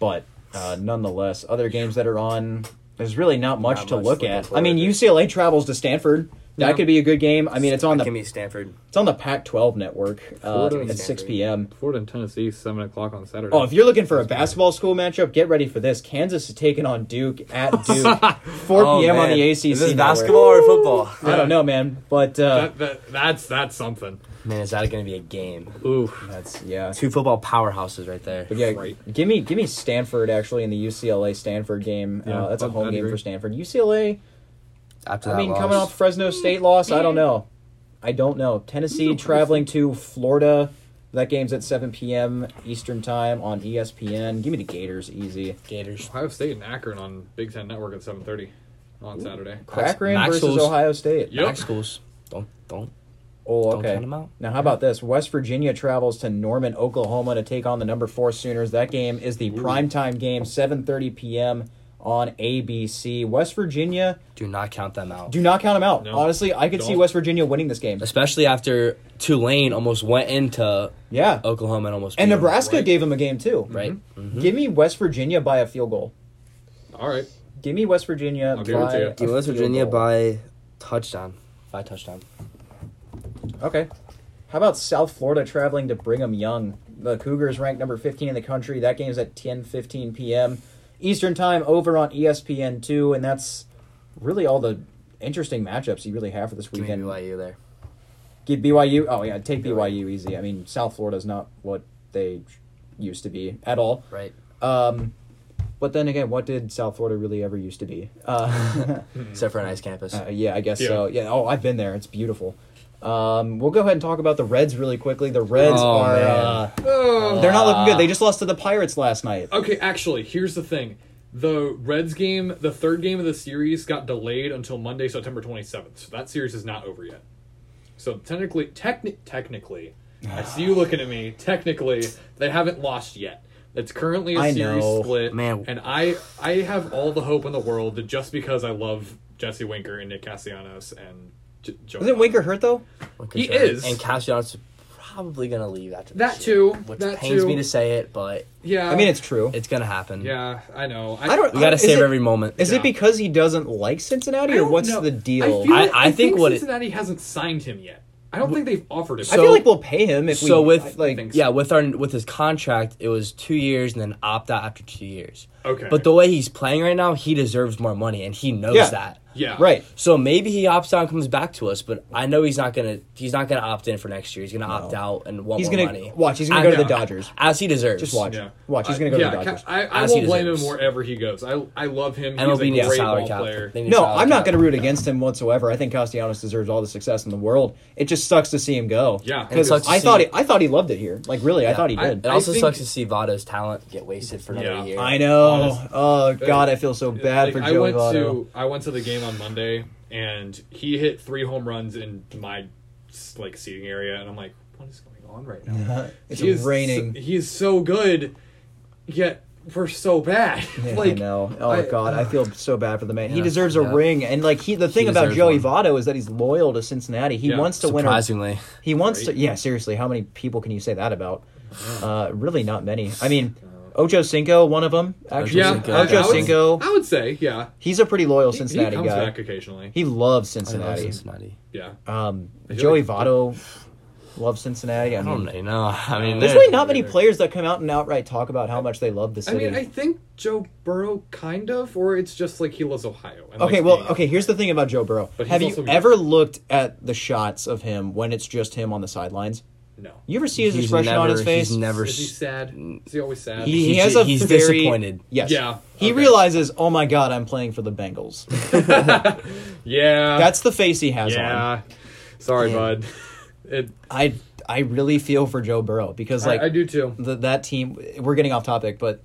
[SPEAKER 1] but uh, nonetheless, other games that are on, there's really not much
[SPEAKER 3] Not
[SPEAKER 1] to
[SPEAKER 3] much
[SPEAKER 1] look
[SPEAKER 3] looking
[SPEAKER 1] at. I
[SPEAKER 3] forward
[SPEAKER 1] mean,
[SPEAKER 3] to.
[SPEAKER 1] UCLA travels to Stanford. That
[SPEAKER 2] Yeah.
[SPEAKER 1] could be a good game. I mean, it's on
[SPEAKER 3] Give
[SPEAKER 1] the
[SPEAKER 3] me Stanford.
[SPEAKER 1] it's on the Pac-12 network uh,
[SPEAKER 2] Florida and
[SPEAKER 1] at 6
[SPEAKER 3] Stanford.
[SPEAKER 1] p.m.
[SPEAKER 2] Florida and Tennessee, seven o'clock on Saturday.
[SPEAKER 1] Oh, if you're looking for a basketball school matchup, get ready for this. Kansas is taking on Duke at Duke, 4
[SPEAKER 3] Oh,
[SPEAKER 1] p.m. on
[SPEAKER 3] man.
[SPEAKER 1] the ACC.
[SPEAKER 3] Is this
[SPEAKER 1] network.
[SPEAKER 3] basketball or football?
[SPEAKER 1] I don't know, man, but uh,
[SPEAKER 2] that, that, that's that's something.
[SPEAKER 3] Man, is that going to be a game?
[SPEAKER 2] Ooh,
[SPEAKER 1] that's yeah.
[SPEAKER 3] Two football powerhouses right there.
[SPEAKER 1] But yeah,
[SPEAKER 2] Right.
[SPEAKER 1] give me give me Stanford actually in the UCLA Stanford game.
[SPEAKER 2] Yeah,
[SPEAKER 1] uh, that's a
[SPEAKER 2] I'd-
[SPEAKER 1] home
[SPEAKER 2] I'd
[SPEAKER 1] game
[SPEAKER 2] agree.
[SPEAKER 1] for Stanford. UCLA.
[SPEAKER 3] After
[SPEAKER 1] I
[SPEAKER 3] that
[SPEAKER 1] mean,
[SPEAKER 3] loss.
[SPEAKER 1] coming off Fresno State loss, I don't know. I don't know. Tennessee traveling to Florida. That game's at 7 p.m. Eastern time on E ESPN. Give me the Gators, easy.
[SPEAKER 3] Gators.
[SPEAKER 2] Ohio State and Akron on Big Ten Network at seven thirty on Saturday.
[SPEAKER 1] Akron
[SPEAKER 3] Maxwell's-
[SPEAKER 1] versus Ohio State.
[SPEAKER 2] Yep.
[SPEAKER 3] Back schools. Don't don't
[SPEAKER 1] Oh,
[SPEAKER 3] don't
[SPEAKER 1] okay.
[SPEAKER 3] count them out.
[SPEAKER 1] Now, how about this? West Virginia travels to Norman, Oklahoma to take on the number four Sooners. That game is the primetime game, 7.30 p.m. on ABC. West Virginia,
[SPEAKER 3] Do not count them out.
[SPEAKER 1] do not count them out.
[SPEAKER 2] No.
[SPEAKER 1] Honestly, I could see
[SPEAKER 2] Don't.
[SPEAKER 1] West Virginia winning this game.
[SPEAKER 3] Especially after Tulane almost went into
[SPEAKER 1] Yeah.
[SPEAKER 3] Oklahoma and almost
[SPEAKER 1] And
[SPEAKER 3] beat 'em,
[SPEAKER 1] Nebraska
[SPEAKER 2] right.
[SPEAKER 1] gave them a game, too.
[SPEAKER 3] right?
[SPEAKER 1] Give me West Virginia by a field goal.
[SPEAKER 2] All right,
[SPEAKER 1] Give me West Virginia
[SPEAKER 2] I'll
[SPEAKER 1] by
[SPEAKER 2] give it to you.
[SPEAKER 1] a
[SPEAKER 3] Give West
[SPEAKER 1] field
[SPEAKER 3] Virginia
[SPEAKER 1] goal.
[SPEAKER 3] by touchdown. By touchdown.
[SPEAKER 1] Okay. How about South Florida traveling to Brigham Young? The Cougars ranked number 15 in the country. That game's at 10 15 p.m. Eastern Time over on E ESPN2, and that's really all the interesting matchups you really have for this
[SPEAKER 3] Give me
[SPEAKER 1] weekend.
[SPEAKER 3] BYU there.
[SPEAKER 1] Get BYU. Oh, yeah, take BYU easy. I mean, South Florida's not what they used to be at all.
[SPEAKER 3] Right.
[SPEAKER 1] Um, but then again, what did South Florida really ever used to be? Uh,
[SPEAKER 3] Except for a nice campus.
[SPEAKER 1] Uh, yeah, I guess so. Yeah. Oh, I've been there. It's beautiful. Um, we'll go ahead and talk about the Reds really quickly. The Reds
[SPEAKER 3] Oh,
[SPEAKER 1] are.
[SPEAKER 3] man.
[SPEAKER 1] Uh,
[SPEAKER 2] Oh.
[SPEAKER 1] they're not looking good. They just lost to the Pirates last night.
[SPEAKER 2] Okay, actually, here's the thing. The Reds game, the third game of the series, got delayed until Monday, September 27th. So that series is not over yet. So technically, techni- technically, I see you looking at me. Technically, they haven't lost yet. It's currently a
[SPEAKER 1] I
[SPEAKER 2] series
[SPEAKER 1] know.
[SPEAKER 2] split,
[SPEAKER 3] Man.
[SPEAKER 2] and I I have all the hope in the world that just because I love Jesse Winker and Nick Cassianos and J- Joe.
[SPEAKER 1] Isn't Winker hurt though?
[SPEAKER 3] Okay,
[SPEAKER 2] He
[SPEAKER 3] so-
[SPEAKER 2] is.
[SPEAKER 3] And Castellanos is probably going to leave after
[SPEAKER 2] That
[SPEAKER 3] this
[SPEAKER 2] too,
[SPEAKER 3] year, Which
[SPEAKER 2] that
[SPEAKER 3] pains
[SPEAKER 2] too.
[SPEAKER 3] me to say it, but
[SPEAKER 2] Yeah,
[SPEAKER 1] I mean, it's true.
[SPEAKER 3] it's going to happen.
[SPEAKER 2] yeah, I know.
[SPEAKER 1] I don't.
[SPEAKER 3] We got to
[SPEAKER 1] is
[SPEAKER 3] save
[SPEAKER 1] it-
[SPEAKER 3] every moment.
[SPEAKER 1] Is it
[SPEAKER 2] Yeah.
[SPEAKER 1] because he doesn't like Cincinnati,
[SPEAKER 2] I
[SPEAKER 1] or
[SPEAKER 2] don't
[SPEAKER 1] what's
[SPEAKER 2] know.
[SPEAKER 1] the deal? I
[SPEAKER 2] I,
[SPEAKER 1] feel,
[SPEAKER 2] feel,
[SPEAKER 3] I-
[SPEAKER 2] I
[SPEAKER 3] I
[SPEAKER 2] think,
[SPEAKER 3] think what it-
[SPEAKER 2] Cincinnati hasn't signed him yet. I don't think they've offered him.
[SPEAKER 3] I so-
[SPEAKER 1] like we'll pay him if
[SPEAKER 3] so
[SPEAKER 1] we.
[SPEAKER 3] with
[SPEAKER 1] like,
[SPEAKER 2] think so.
[SPEAKER 3] yeah with our with his contract it was two years and then opt out after two years
[SPEAKER 2] Okay.
[SPEAKER 3] but the way he's playing right now he deserves more money and he knows
[SPEAKER 1] Yeah.
[SPEAKER 3] that
[SPEAKER 2] yeah,
[SPEAKER 1] right.
[SPEAKER 3] so maybe he opts out and comes back to us but i know he's not gonna he's not gonna opt in for next year he's gonna opt out and want
[SPEAKER 1] He's
[SPEAKER 3] more
[SPEAKER 1] gonna
[SPEAKER 3] money
[SPEAKER 1] watch. He's gonna
[SPEAKER 3] I-
[SPEAKER 1] go to the
[SPEAKER 2] yeah.
[SPEAKER 1] Dodgers.
[SPEAKER 3] as he deserves
[SPEAKER 1] Just watch.
[SPEAKER 2] Yeah.
[SPEAKER 1] Watch. He's
[SPEAKER 2] I-
[SPEAKER 1] gonna go
[SPEAKER 2] yeah,
[SPEAKER 1] to the Dodgers.
[SPEAKER 2] I, I
[SPEAKER 3] As
[SPEAKER 2] won't
[SPEAKER 3] he
[SPEAKER 2] blame him
[SPEAKER 3] deserves.
[SPEAKER 2] wherever he goes. I I love him. He's
[SPEAKER 3] MLB
[SPEAKER 2] a
[SPEAKER 3] needs a
[SPEAKER 2] great
[SPEAKER 3] salary
[SPEAKER 2] ball
[SPEAKER 3] cap.
[SPEAKER 2] player.
[SPEAKER 3] They need a
[SPEAKER 1] No,
[SPEAKER 3] salary
[SPEAKER 1] I'm not
[SPEAKER 3] cap.
[SPEAKER 1] going to root against him whatsoever. I think Castellanos deserves all the success in the world. It just sucks to see him go.
[SPEAKER 2] Yeah. It
[SPEAKER 1] because
[SPEAKER 3] sucks to
[SPEAKER 1] I
[SPEAKER 3] see
[SPEAKER 1] thought he,
[SPEAKER 3] it.
[SPEAKER 1] I thought he loved it here. Like really, I thought he
[SPEAKER 2] I-
[SPEAKER 1] did.
[SPEAKER 3] It
[SPEAKER 1] I,
[SPEAKER 2] I-
[SPEAKER 3] also
[SPEAKER 2] think-
[SPEAKER 3] sucks to see Votto's talent get wasted for
[SPEAKER 2] Yeah.
[SPEAKER 3] another year.
[SPEAKER 1] know.
[SPEAKER 2] Honest-
[SPEAKER 1] oh God, I feel so bad
[SPEAKER 2] Like,
[SPEAKER 1] for
[SPEAKER 2] I
[SPEAKER 1] Joey
[SPEAKER 2] went
[SPEAKER 1] Votto.
[SPEAKER 2] to I went to the game on Monday and he hit three home runs in my like seating area and I'm like, what is going on right now?
[SPEAKER 1] It's
[SPEAKER 2] He is
[SPEAKER 1] raining.
[SPEAKER 2] So, he is so good, yet we're so bad.
[SPEAKER 1] Yeah, I
[SPEAKER 2] like
[SPEAKER 1] know. Oh
[SPEAKER 2] I-
[SPEAKER 1] God, I feel so bad for the man. He
[SPEAKER 3] Yeah,
[SPEAKER 1] deserves a
[SPEAKER 3] yeah.
[SPEAKER 1] ring, and like he, the thing about
[SPEAKER 3] deserves
[SPEAKER 1] Joey
[SPEAKER 3] one.
[SPEAKER 1] Votto is that he's loyal to Cincinnati. He
[SPEAKER 2] Yeah.
[SPEAKER 1] wants to win. A,
[SPEAKER 3] surprisingly
[SPEAKER 1] he wants
[SPEAKER 2] Right.
[SPEAKER 1] to. Yeah, seriously, how many people can you say that about? Uh, really, not many. I mean, Ocho Cinco, one of them. Actually,
[SPEAKER 2] yeah,
[SPEAKER 3] Cinco.
[SPEAKER 2] I, I
[SPEAKER 1] Ocho
[SPEAKER 2] would,
[SPEAKER 1] Cinco.
[SPEAKER 2] I would say yeah.
[SPEAKER 1] He's a pretty loyal
[SPEAKER 2] He-
[SPEAKER 1] Cincinnati
[SPEAKER 2] he comes
[SPEAKER 1] guy.
[SPEAKER 2] back occasionally.
[SPEAKER 1] He loves
[SPEAKER 3] I love
[SPEAKER 1] Cincinnati.
[SPEAKER 3] Cincinnati.
[SPEAKER 2] Yeah,
[SPEAKER 1] Um,
[SPEAKER 2] I feel
[SPEAKER 1] Joey
[SPEAKER 2] like-
[SPEAKER 1] Votto, love Cincinnati. I,
[SPEAKER 3] I don't
[SPEAKER 1] mean,
[SPEAKER 3] really know. I mean,
[SPEAKER 1] there's
[SPEAKER 3] they're-
[SPEAKER 1] really not many players that come out and outright talk about how much they love the
[SPEAKER 2] I
[SPEAKER 1] city.
[SPEAKER 2] mean, I think Joe Burrow kind of, or it's just like he loves Ohio. and
[SPEAKER 1] Okay,
[SPEAKER 2] likes
[SPEAKER 1] well,
[SPEAKER 2] being
[SPEAKER 1] okay. Here's the thing about Joe Burrow.
[SPEAKER 2] But he's
[SPEAKER 1] Have you
[SPEAKER 2] also-
[SPEAKER 1] ever looked at the shots of him when it's just him on the sidelines?
[SPEAKER 2] No.
[SPEAKER 1] You ever see his
[SPEAKER 3] he's
[SPEAKER 1] expression on
[SPEAKER 3] never-
[SPEAKER 1] his face?
[SPEAKER 3] He's never.
[SPEAKER 2] Is he
[SPEAKER 3] s-
[SPEAKER 2] sad? Is he always sad?
[SPEAKER 1] he, he
[SPEAKER 3] he's-
[SPEAKER 1] has a
[SPEAKER 3] he's
[SPEAKER 1] very-
[SPEAKER 3] disappointed.
[SPEAKER 1] Yes.
[SPEAKER 2] Yeah,
[SPEAKER 1] He
[SPEAKER 2] okay.
[SPEAKER 1] realizes, oh my god, I'm playing for the Bengals.
[SPEAKER 2] yeah.
[SPEAKER 1] That's the face he has on.
[SPEAKER 2] yeah. Sorry,
[SPEAKER 1] Yeah.
[SPEAKER 2] bud. It,
[SPEAKER 1] I I really feel for Joe Burrow because like
[SPEAKER 2] I, I do too.
[SPEAKER 1] the, that team. We're getting off topic, but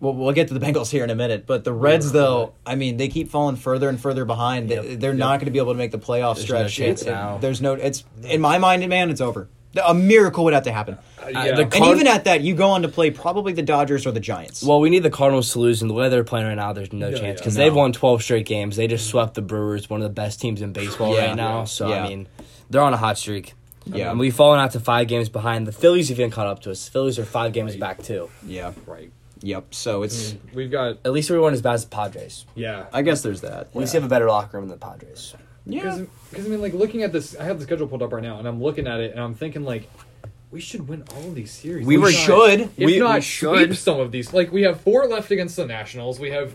[SPEAKER 1] we'll, we'll get to the Bengals here in a minute. But the Reds, though, I mean, they keep falling further and further behind. They, they're not going to be able to make the playoff
[SPEAKER 3] no
[SPEAKER 1] stretch.
[SPEAKER 3] chance
[SPEAKER 1] It- it-
[SPEAKER 3] now.
[SPEAKER 1] there's no. It's in my mind, man. It's over. A miracle would have to happen.
[SPEAKER 2] yeah.
[SPEAKER 3] the
[SPEAKER 1] and
[SPEAKER 3] Card-
[SPEAKER 1] even at that, you go on to play probably the Dodgers or the Giants.
[SPEAKER 3] Well, we need the Cardinals to lose, and the way they're playing right now, there's no
[SPEAKER 2] Yeah,
[SPEAKER 3] chance
[SPEAKER 2] yeah.
[SPEAKER 3] because they've won 12 straight games. They just swept the Brewers, one of the best teams in baseball
[SPEAKER 1] Yeah.
[SPEAKER 3] right now.
[SPEAKER 1] Yeah.
[SPEAKER 3] So
[SPEAKER 1] Yeah.
[SPEAKER 3] I mean, they're on a hot streak.
[SPEAKER 1] Yeah.
[SPEAKER 3] and we've fallen out to five games behind. The Phillies have even caught up to us. The Phillies are five games back too.
[SPEAKER 1] yeah,
[SPEAKER 2] right.
[SPEAKER 1] yep. So it's.
[SPEAKER 3] Hmm.
[SPEAKER 2] We've got
[SPEAKER 3] At least we weren't as bad as the Padres.
[SPEAKER 2] yeah.
[SPEAKER 1] I guess there's that.
[SPEAKER 3] At least they have a better locker room than the Padres.
[SPEAKER 1] Yeah.
[SPEAKER 2] Because I mean, like looking at this, I have the schedule pulled up right now, and I'm looking at it, and I'm thinking like, we should win all of these series.
[SPEAKER 1] We
[SPEAKER 2] If
[SPEAKER 1] were-
[SPEAKER 2] not-
[SPEAKER 1] should.
[SPEAKER 2] If
[SPEAKER 6] We-
[SPEAKER 2] not,
[SPEAKER 6] we should.
[SPEAKER 2] sweep some of these. Like we have four left against the Nationals. We have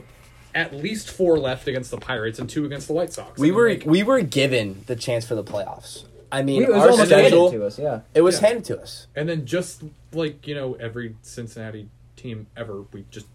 [SPEAKER 2] at least four left against the Pirates and two against the White Sox. I
[SPEAKER 3] We
[SPEAKER 2] mean,
[SPEAKER 3] were
[SPEAKER 2] like,
[SPEAKER 3] we were given the chance for the playoffs. I mean,
[SPEAKER 1] It was
[SPEAKER 3] our
[SPEAKER 1] almost handed
[SPEAKER 3] schedule
[SPEAKER 1] to us. Yeah.
[SPEAKER 3] it was
[SPEAKER 2] Yeah.
[SPEAKER 3] handed to us.
[SPEAKER 2] and then just like you know every Cincinnati team ever, we just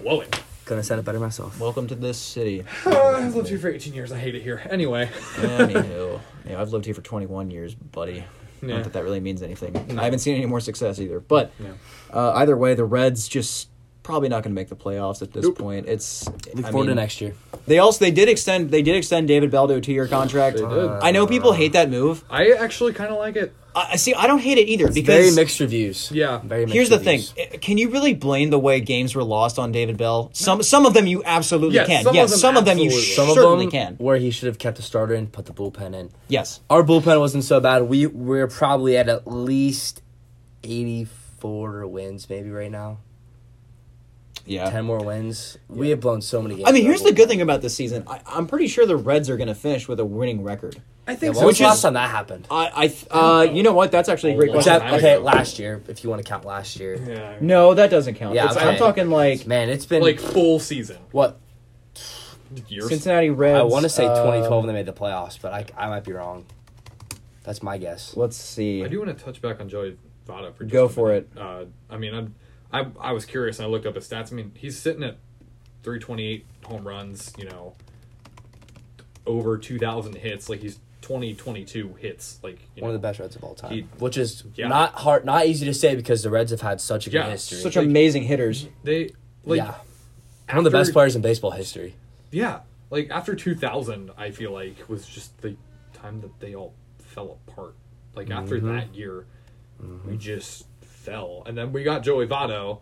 [SPEAKER 2] blow it.
[SPEAKER 3] Couldn't have said it better myself.
[SPEAKER 1] Welcome to this city.
[SPEAKER 2] I've lived here for 18 years. I hate it here. Anyway,
[SPEAKER 1] Anywho, yeah, I've lived here for 21 years, buddy.
[SPEAKER 2] Yeah.
[SPEAKER 1] Not that that really means anything. I haven't seen any more success either. But
[SPEAKER 2] Yeah.
[SPEAKER 1] uh, either way, the Reds just probably not going to make the playoffs at this
[SPEAKER 2] Nope.
[SPEAKER 1] point. It's
[SPEAKER 3] Look
[SPEAKER 1] I
[SPEAKER 3] forward to
[SPEAKER 1] mean,
[SPEAKER 3] next year.
[SPEAKER 1] They also they did extend they did extend David Bell to a two year contract.
[SPEAKER 2] They did.
[SPEAKER 1] I know people hate that move.
[SPEAKER 2] I actually kind of like it.
[SPEAKER 1] I I- see. I don't hate it either
[SPEAKER 3] Very
[SPEAKER 1] because
[SPEAKER 3] mixed reviews.
[SPEAKER 2] Yeah.
[SPEAKER 3] Very mixed
[SPEAKER 1] here's the thing:
[SPEAKER 3] reviews.
[SPEAKER 1] Uh, can you really blame the way games were lost on David Bell? Some some of them you absolutely
[SPEAKER 2] Yes,
[SPEAKER 1] can.
[SPEAKER 2] some of
[SPEAKER 1] yes,
[SPEAKER 2] them
[SPEAKER 1] some of them you
[SPEAKER 2] absolutely.
[SPEAKER 3] Some
[SPEAKER 1] certainly
[SPEAKER 3] of them
[SPEAKER 1] can.
[SPEAKER 3] where he should have kept the starter in, put the bullpen in.
[SPEAKER 1] Yes.
[SPEAKER 3] Our bullpen wasn't so bad. We we're probably at at least eighty four wins, maybe right now.
[SPEAKER 1] Yeah.
[SPEAKER 3] Ten more wins. We have blown so many games.
[SPEAKER 1] I mean,
[SPEAKER 3] with our
[SPEAKER 1] here's the
[SPEAKER 3] bullpen.
[SPEAKER 1] good thing about this season. I, I'm pretty sure the Reds are going to finish with a winning record.
[SPEAKER 2] I
[SPEAKER 3] Yeah,
[SPEAKER 2] think
[SPEAKER 3] when was
[SPEAKER 1] Which
[SPEAKER 3] the last
[SPEAKER 1] is-
[SPEAKER 3] time that happened?
[SPEAKER 1] I, I th- uh, you know what? That's actually a great
[SPEAKER 2] Well,
[SPEAKER 1] question.
[SPEAKER 3] Except,
[SPEAKER 2] I would
[SPEAKER 3] okay,
[SPEAKER 2] go-
[SPEAKER 3] last year, if you want to count last year.
[SPEAKER 2] Yeah.
[SPEAKER 1] no, that doesn't count.
[SPEAKER 3] Yeah,
[SPEAKER 1] It's-
[SPEAKER 3] okay.
[SPEAKER 1] I'm talking like
[SPEAKER 3] Man, it's been
[SPEAKER 2] Like full season.
[SPEAKER 3] what
[SPEAKER 2] Years.
[SPEAKER 1] Cincinnati Reds.
[SPEAKER 3] I want to say
[SPEAKER 1] uh,
[SPEAKER 3] 2012 when they made the playoffs, but I, I might be wrong. That's my guess.
[SPEAKER 1] Let's see.
[SPEAKER 2] I do want to touch back on Joey Votto for just
[SPEAKER 1] Go
[SPEAKER 2] a
[SPEAKER 1] for
[SPEAKER 2] minute. Uh, I mean, I'm, I I was curious and I looked up his stats. I mean, he's sitting at 328 home runs. You know, over 2,000 hits. Like he's 20, 22 hits. Like you
[SPEAKER 3] One
[SPEAKER 2] know,
[SPEAKER 3] of the best Reds of all time,
[SPEAKER 2] He-
[SPEAKER 3] which is
[SPEAKER 2] Yeah.
[SPEAKER 3] not hard, not easy to say because the Reds have had such a good
[SPEAKER 2] Yeah,
[SPEAKER 3] history.
[SPEAKER 1] Such amazing hitters.
[SPEAKER 2] They like
[SPEAKER 3] yeah, one of the
[SPEAKER 2] after-
[SPEAKER 3] best players in baseball history.
[SPEAKER 2] yeah like after 2000 i feel like was just the time that they all fell apart like after
[SPEAKER 3] Mm-hmm.
[SPEAKER 2] that year we just fell and then we got joey Votto.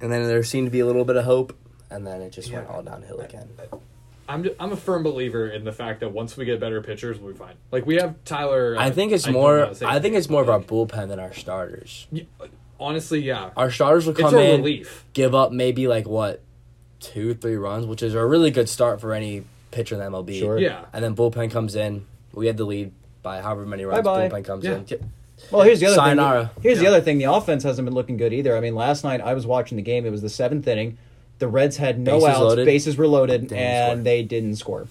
[SPEAKER 3] And then there seemed to be a little bit of hope, and then it just went
[SPEAKER 2] Yeah.
[SPEAKER 3] all downhill again.
[SPEAKER 2] I'm, ju- I'm a firm believer in the fact that once we get better pitchers we'll be fine like we have tyler uh,
[SPEAKER 3] I think it's
[SPEAKER 2] don't know how
[SPEAKER 3] more.
[SPEAKER 2] to say
[SPEAKER 3] I
[SPEAKER 2] his
[SPEAKER 3] think
[SPEAKER 2] name.
[SPEAKER 3] it's more of our bullpen than our starters.
[SPEAKER 2] Y- honestly yeah
[SPEAKER 3] Our starters will
[SPEAKER 2] it's
[SPEAKER 3] come
[SPEAKER 2] a
[SPEAKER 3] in,
[SPEAKER 2] relief
[SPEAKER 3] give up maybe like what two, three runs, which is a really good start for any pitcher in the MLB.
[SPEAKER 1] Sure.
[SPEAKER 2] yeah
[SPEAKER 3] And then bullpen comes in. We had the lead by however many runs.
[SPEAKER 1] Bye-bye.
[SPEAKER 3] Bullpen comes
[SPEAKER 2] Yeah.
[SPEAKER 3] in. T-
[SPEAKER 1] Well, here's the other
[SPEAKER 3] Sayonara.
[SPEAKER 1] thing. Here's the
[SPEAKER 2] Yeah.
[SPEAKER 1] other thing. The offense hasn't been looking good either. I mean, last night I was watching the game. It was the seventh inning. The Reds had no
[SPEAKER 3] Bases
[SPEAKER 1] outs,
[SPEAKER 3] loaded.
[SPEAKER 1] bases were loaded,
[SPEAKER 3] Didn't
[SPEAKER 1] and
[SPEAKER 3] score.
[SPEAKER 1] they didn't score.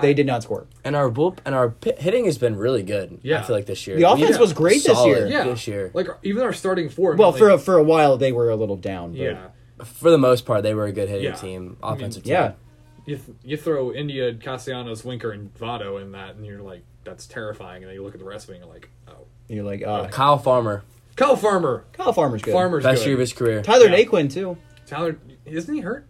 [SPEAKER 1] They did not score.
[SPEAKER 3] And our bull and our pi hitting has been really good.
[SPEAKER 2] Yeah.
[SPEAKER 3] I feel like this year
[SPEAKER 1] The offense
[SPEAKER 2] was
[SPEAKER 1] great this
[SPEAKER 3] Solid
[SPEAKER 1] year.
[SPEAKER 2] yeah
[SPEAKER 3] This year,
[SPEAKER 2] like even our starting four I
[SPEAKER 1] Well,
[SPEAKER 2] mean,
[SPEAKER 1] for a,
[SPEAKER 2] like,
[SPEAKER 1] for a while they were a little down. But
[SPEAKER 2] yeah
[SPEAKER 3] for the most part, they were a good hitting
[SPEAKER 2] Yeah.
[SPEAKER 3] team,
[SPEAKER 2] I mean,
[SPEAKER 3] offensive
[SPEAKER 1] yeah.
[SPEAKER 3] team.
[SPEAKER 2] you, th- you throw India, Castellanos, Winker, and Votto in that, and you're like, that's terrifying. And then you look at the rest of it, and you're like, oh.
[SPEAKER 1] You're like, uh,
[SPEAKER 3] Kyle Farmer,
[SPEAKER 2] Kyle Farmer.
[SPEAKER 1] Kyle Farmer's good.
[SPEAKER 2] Farmer's
[SPEAKER 3] best
[SPEAKER 2] good.
[SPEAKER 3] year of his career.
[SPEAKER 1] Tyler
[SPEAKER 2] Yeah.
[SPEAKER 1] Naquin too.
[SPEAKER 2] Tyler, isn't he hurt?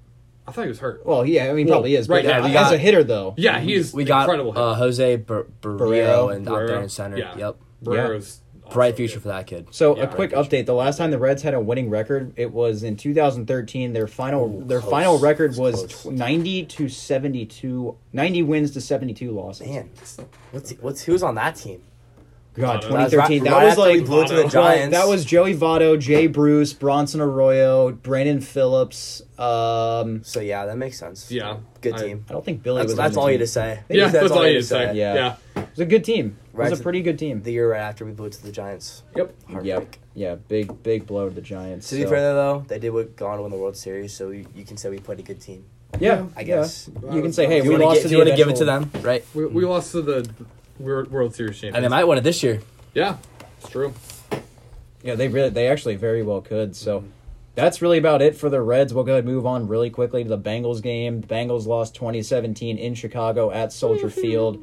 [SPEAKER 2] I thought he was hurt.
[SPEAKER 1] Well, yeah, I mean, probably is.
[SPEAKER 2] right,
[SPEAKER 1] But uh,
[SPEAKER 2] yeah,
[SPEAKER 3] we
[SPEAKER 1] as
[SPEAKER 3] got-
[SPEAKER 1] a hitter, though,
[SPEAKER 2] yeah, he is
[SPEAKER 3] We got
[SPEAKER 2] incredible.
[SPEAKER 3] uh, Jose Bar-
[SPEAKER 1] Barrero.
[SPEAKER 3] Barrero and out
[SPEAKER 2] Barrero.
[SPEAKER 3] there in center.
[SPEAKER 2] Yeah.
[SPEAKER 3] Yep,
[SPEAKER 2] Barrero's also
[SPEAKER 3] bright future
[SPEAKER 2] good.
[SPEAKER 3] for that kid.
[SPEAKER 1] So
[SPEAKER 2] Yeah.
[SPEAKER 1] a quick update: the last time the Reds had a winning record, it was in 2013. Their final their final record was
[SPEAKER 3] Close.
[SPEAKER 1] tw- 90 to 72, 90 wins to 72 losses.
[SPEAKER 3] Man, what's what's who's on that team?
[SPEAKER 1] God,
[SPEAKER 2] That's
[SPEAKER 1] 2013.
[SPEAKER 3] right-
[SPEAKER 1] That
[SPEAKER 3] right
[SPEAKER 1] was
[SPEAKER 3] after
[SPEAKER 1] like
[SPEAKER 3] we blew it to the
[SPEAKER 1] well,
[SPEAKER 3] Giants.
[SPEAKER 1] That was Joey Votto, Jay Bruce, Bronson Arroyo, Brandon Phillips. Um,
[SPEAKER 3] So yeah, that makes sense.
[SPEAKER 2] Yeah.
[SPEAKER 3] good
[SPEAKER 2] I-
[SPEAKER 3] team.
[SPEAKER 1] I don't think Billy
[SPEAKER 3] That's,
[SPEAKER 1] was.
[SPEAKER 3] that's
[SPEAKER 1] on the
[SPEAKER 3] all you
[SPEAKER 1] team.
[SPEAKER 3] to say.
[SPEAKER 2] Yeah, that's, all
[SPEAKER 3] you
[SPEAKER 2] you say.
[SPEAKER 1] Yeah.
[SPEAKER 2] Yeah.
[SPEAKER 1] It's a good team. It
[SPEAKER 3] Right.
[SPEAKER 1] was a pretty good team.
[SPEAKER 3] The year right after we blew it to the Giants.
[SPEAKER 2] Yep.
[SPEAKER 3] Heartbreak.
[SPEAKER 1] Yeah, big big blow to the Giants.
[SPEAKER 3] To be
[SPEAKER 1] so-
[SPEAKER 3] fair though, they did what Ghana won the World Series, so you, you can say we played a good team.
[SPEAKER 1] yeah,
[SPEAKER 3] I
[SPEAKER 1] yeah.
[SPEAKER 3] guess.
[SPEAKER 1] you can say, hey,
[SPEAKER 3] Do
[SPEAKER 1] we
[SPEAKER 3] you
[SPEAKER 1] lost.
[SPEAKER 3] want
[SPEAKER 1] to
[SPEAKER 3] to
[SPEAKER 1] the
[SPEAKER 3] give it to
[SPEAKER 1] eventual-
[SPEAKER 3] them, right?
[SPEAKER 2] We, we
[SPEAKER 1] Hmm.
[SPEAKER 2] lost to the Wor- World Series
[SPEAKER 3] And they
[SPEAKER 2] champions.
[SPEAKER 3] might win it this year.
[SPEAKER 2] yeah, it's true.
[SPEAKER 1] Yeah, they really, they actually very well could. So that's really about it for the Reds. We'll go ahead and move on really quickly to the Bengals game. The Bengals lost 2017 in Chicago at Soldier Field.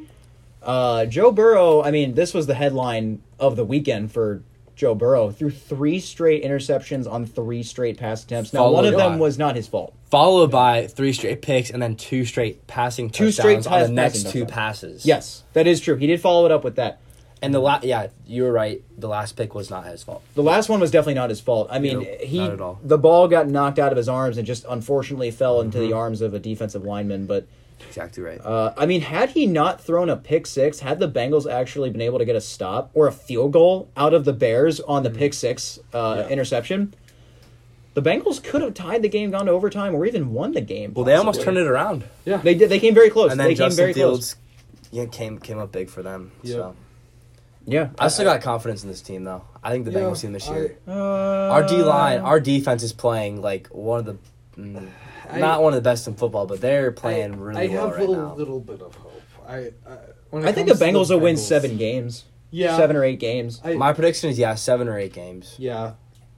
[SPEAKER 1] Uh, Joe Burrow, I mean, this was the headline of the weekend for Joe Burrow. Threw three straight interceptions on three straight pass attempts. Now, one
[SPEAKER 3] Followed
[SPEAKER 1] of them
[SPEAKER 3] by-
[SPEAKER 1] was not his fault.
[SPEAKER 3] Followed by three straight picks and then two straight passing
[SPEAKER 1] Two straight
[SPEAKER 3] touchdowns on the
[SPEAKER 1] pass- passing
[SPEAKER 3] next two
[SPEAKER 1] touchdowns.
[SPEAKER 3] passes.
[SPEAKER 1] Yes, that is true. He did follow it up with that.
[SPEAKER 3] And the la- yeah, you were right. The last pick was not his fault.
[SPEAKER 1] The last one was definitely not his fault. I mean,
[SPEAKER 3] Nope,
[SPEAKER 1] he
[SPEAKER 3] not at all.
[SPEAKER 1] the ball got knocked out of his arms and just unfortunately fell into
[SPEAKER 3] Mm-hmm.
[SPEAKER 1] the arms of a defensive lineman, but
[SPEAKER 3] Exactly right.
[SPEAKER 1] Uh, I mean, had he not thrown a pick six, had the Bengals actually been able to get a stop or a field goal out of the Bears on
[SPEAKER 3] Mm-hmm.
[SPEAKER 1] the pick six uh, interception, the Bengals could have tied the game, gone to overtime, or even won the game.
[SPEAKER 3] well, they almost turned
[SPEAKER 1] possibly.
[SPEAKER 3] it around.
[SPEAKER 1] They did. They came very close.
[SPEAKER 3] And then
[SPEAKER 1] they came
[SPEAKER 3] Justin
[SPEAKER 1] very
[SPEAKER 3] Fields yeah, came came up big for them. So
[SPEAKER 1] close. Yeah.
[SPEAKER 3] I still got confidence in this team though. I think the
[SPEAKER 2] Yeah,
[SPEAKER 3] Bengals team this
[SPEAKER 2] I-
[SPEAKER 3] year.
[SPEAKER 1] Uh,
[SPEAKER 3] our D line, our defense is playing like one of the mm,
[SPEAKER 7] I-
[SPEAKER 3] not one of the best in football, but they're playing really
[SPEAKER 7] I
[SPEAKER 3] well
[SPEAKER 7] have
[SPEAKER 3] right
[SPEAKER 7] a
[SPEAKER 3] now.
[SPEAKER 7] little bit of hope. I, I, when it
[SPEAKER 1] I think the
[SPEAKER 7] comes to
[SPEAKER 1] Bengals will win
[SPEAKER 7] Bengals,
[SPEAKER 1] seven games.
[SPEAKER 7] Yeah,
[SPEAKER 1] Seven or eight games.
[SPEAKER 7] I,
[SPEAKER 3] My prediction is yeah, seven or eight games.
[SPEAKER 7] yeah,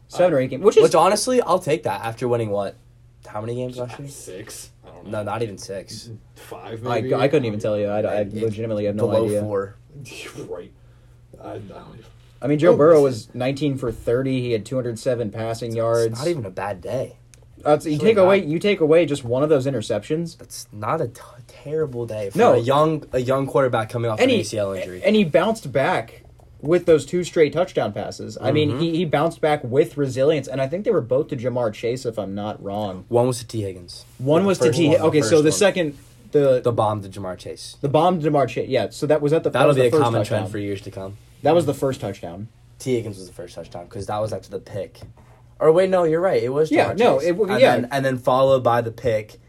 [SPEAKER 1] Seven or eight games. Which is
[SPEAKER 3] Which honestly, I'll take that after winning what? How many games last year?
[SPEAKER 2] Six. I don't know.
[SPEAKER 3] No, not even six.
[SPEAKER 2] Five.
[SPEAKER 1] I,
[SPEAKER 2] Maybe.
[SPEAKER 1] I couldn't even tell you. I, I
[SPEAKER 3] um, It-
[SPEAKER 1] legitimately have no
[SPEAKER 3] Below
[SPEAKER 1] idea.
[SPEAKER 3] four.
[SPEAKER 2] right. I, I don't even.
[SPEAKER 1] I mean, Joe Burrow was 19 for 30. He had 207 passing yards.
[SPEAKER 3] Oh, It's not even a bad day.
[SPEAKER 1] Uh, so you
[SPEAKER 3] Actually
[SPEAKER 1] take away
[SPEAKER 3] not.
[SPEAKER 1] you take away just one of those interceptions,
[SPEAKER 3] That's not a t- terrible day for
[SPEAKER 1] No.
[SPEAKER 3] a young a young quarterback coming off
[SPEAKER 1] and
[SPEAKER 3] an
[SPEAKER 1] he
[SPEAKER 3] ACL injury.
[SPEAKER 1] and he bounced back with those two straight touchdown passes. I
[SPEAKER 3] Mm-hmm.
[SPEAKER 1] mean, he, he bounced back with resilience, and I think they were both to Jamar Chase, if I'm not wrong.
[SPEAKER 3] one was to T Higgins.
[SPEAKER 1] One
[SPEAKER 3] The
[SPEAKER 1] was to
[SPEAKER 3] first
[SPEAKER 1] T.
[SPEAKER 3] one, the
[SPEAKER 1] Okay,
[SPEAKER 3] first
[SPEAKER 1] so the
[SPEAKER 3] one.
[SPEAKER 1] second the
[SPEAKER 3] the bomb to Jamar Chase.
[SPEAKER 1] the bomb to Jamar Chase. Yeah, so that was at the that
[SPEAKER 3] That'll
[SPEAKER 1] was
[SPEAKER 3] be
[SPEAKER 1] the
[SPEAKER 3] a
[SPEAKER 1] first
[SPEAKER 3] common
[SPEAKER 1] touchdown.
[SPEAKER 3] trend for years to come.
[SPEAKER 1] That was the first touchdown.
[SPEAKER 3] T Higgins was the first touchdown because that was after the pick. Or wait, no, you're right. It was
[SPEAKER 1] Yeah,
[SPEAKER 3] Jamar
[SPEAKER 1] no,
[SPEAKER 3] Chase.
[SPEAKER 1] it w-
[SPEAKER 3] and
[SPEAKER 1] yeah.
[SPEAKER 3] then, and then followed by the pick.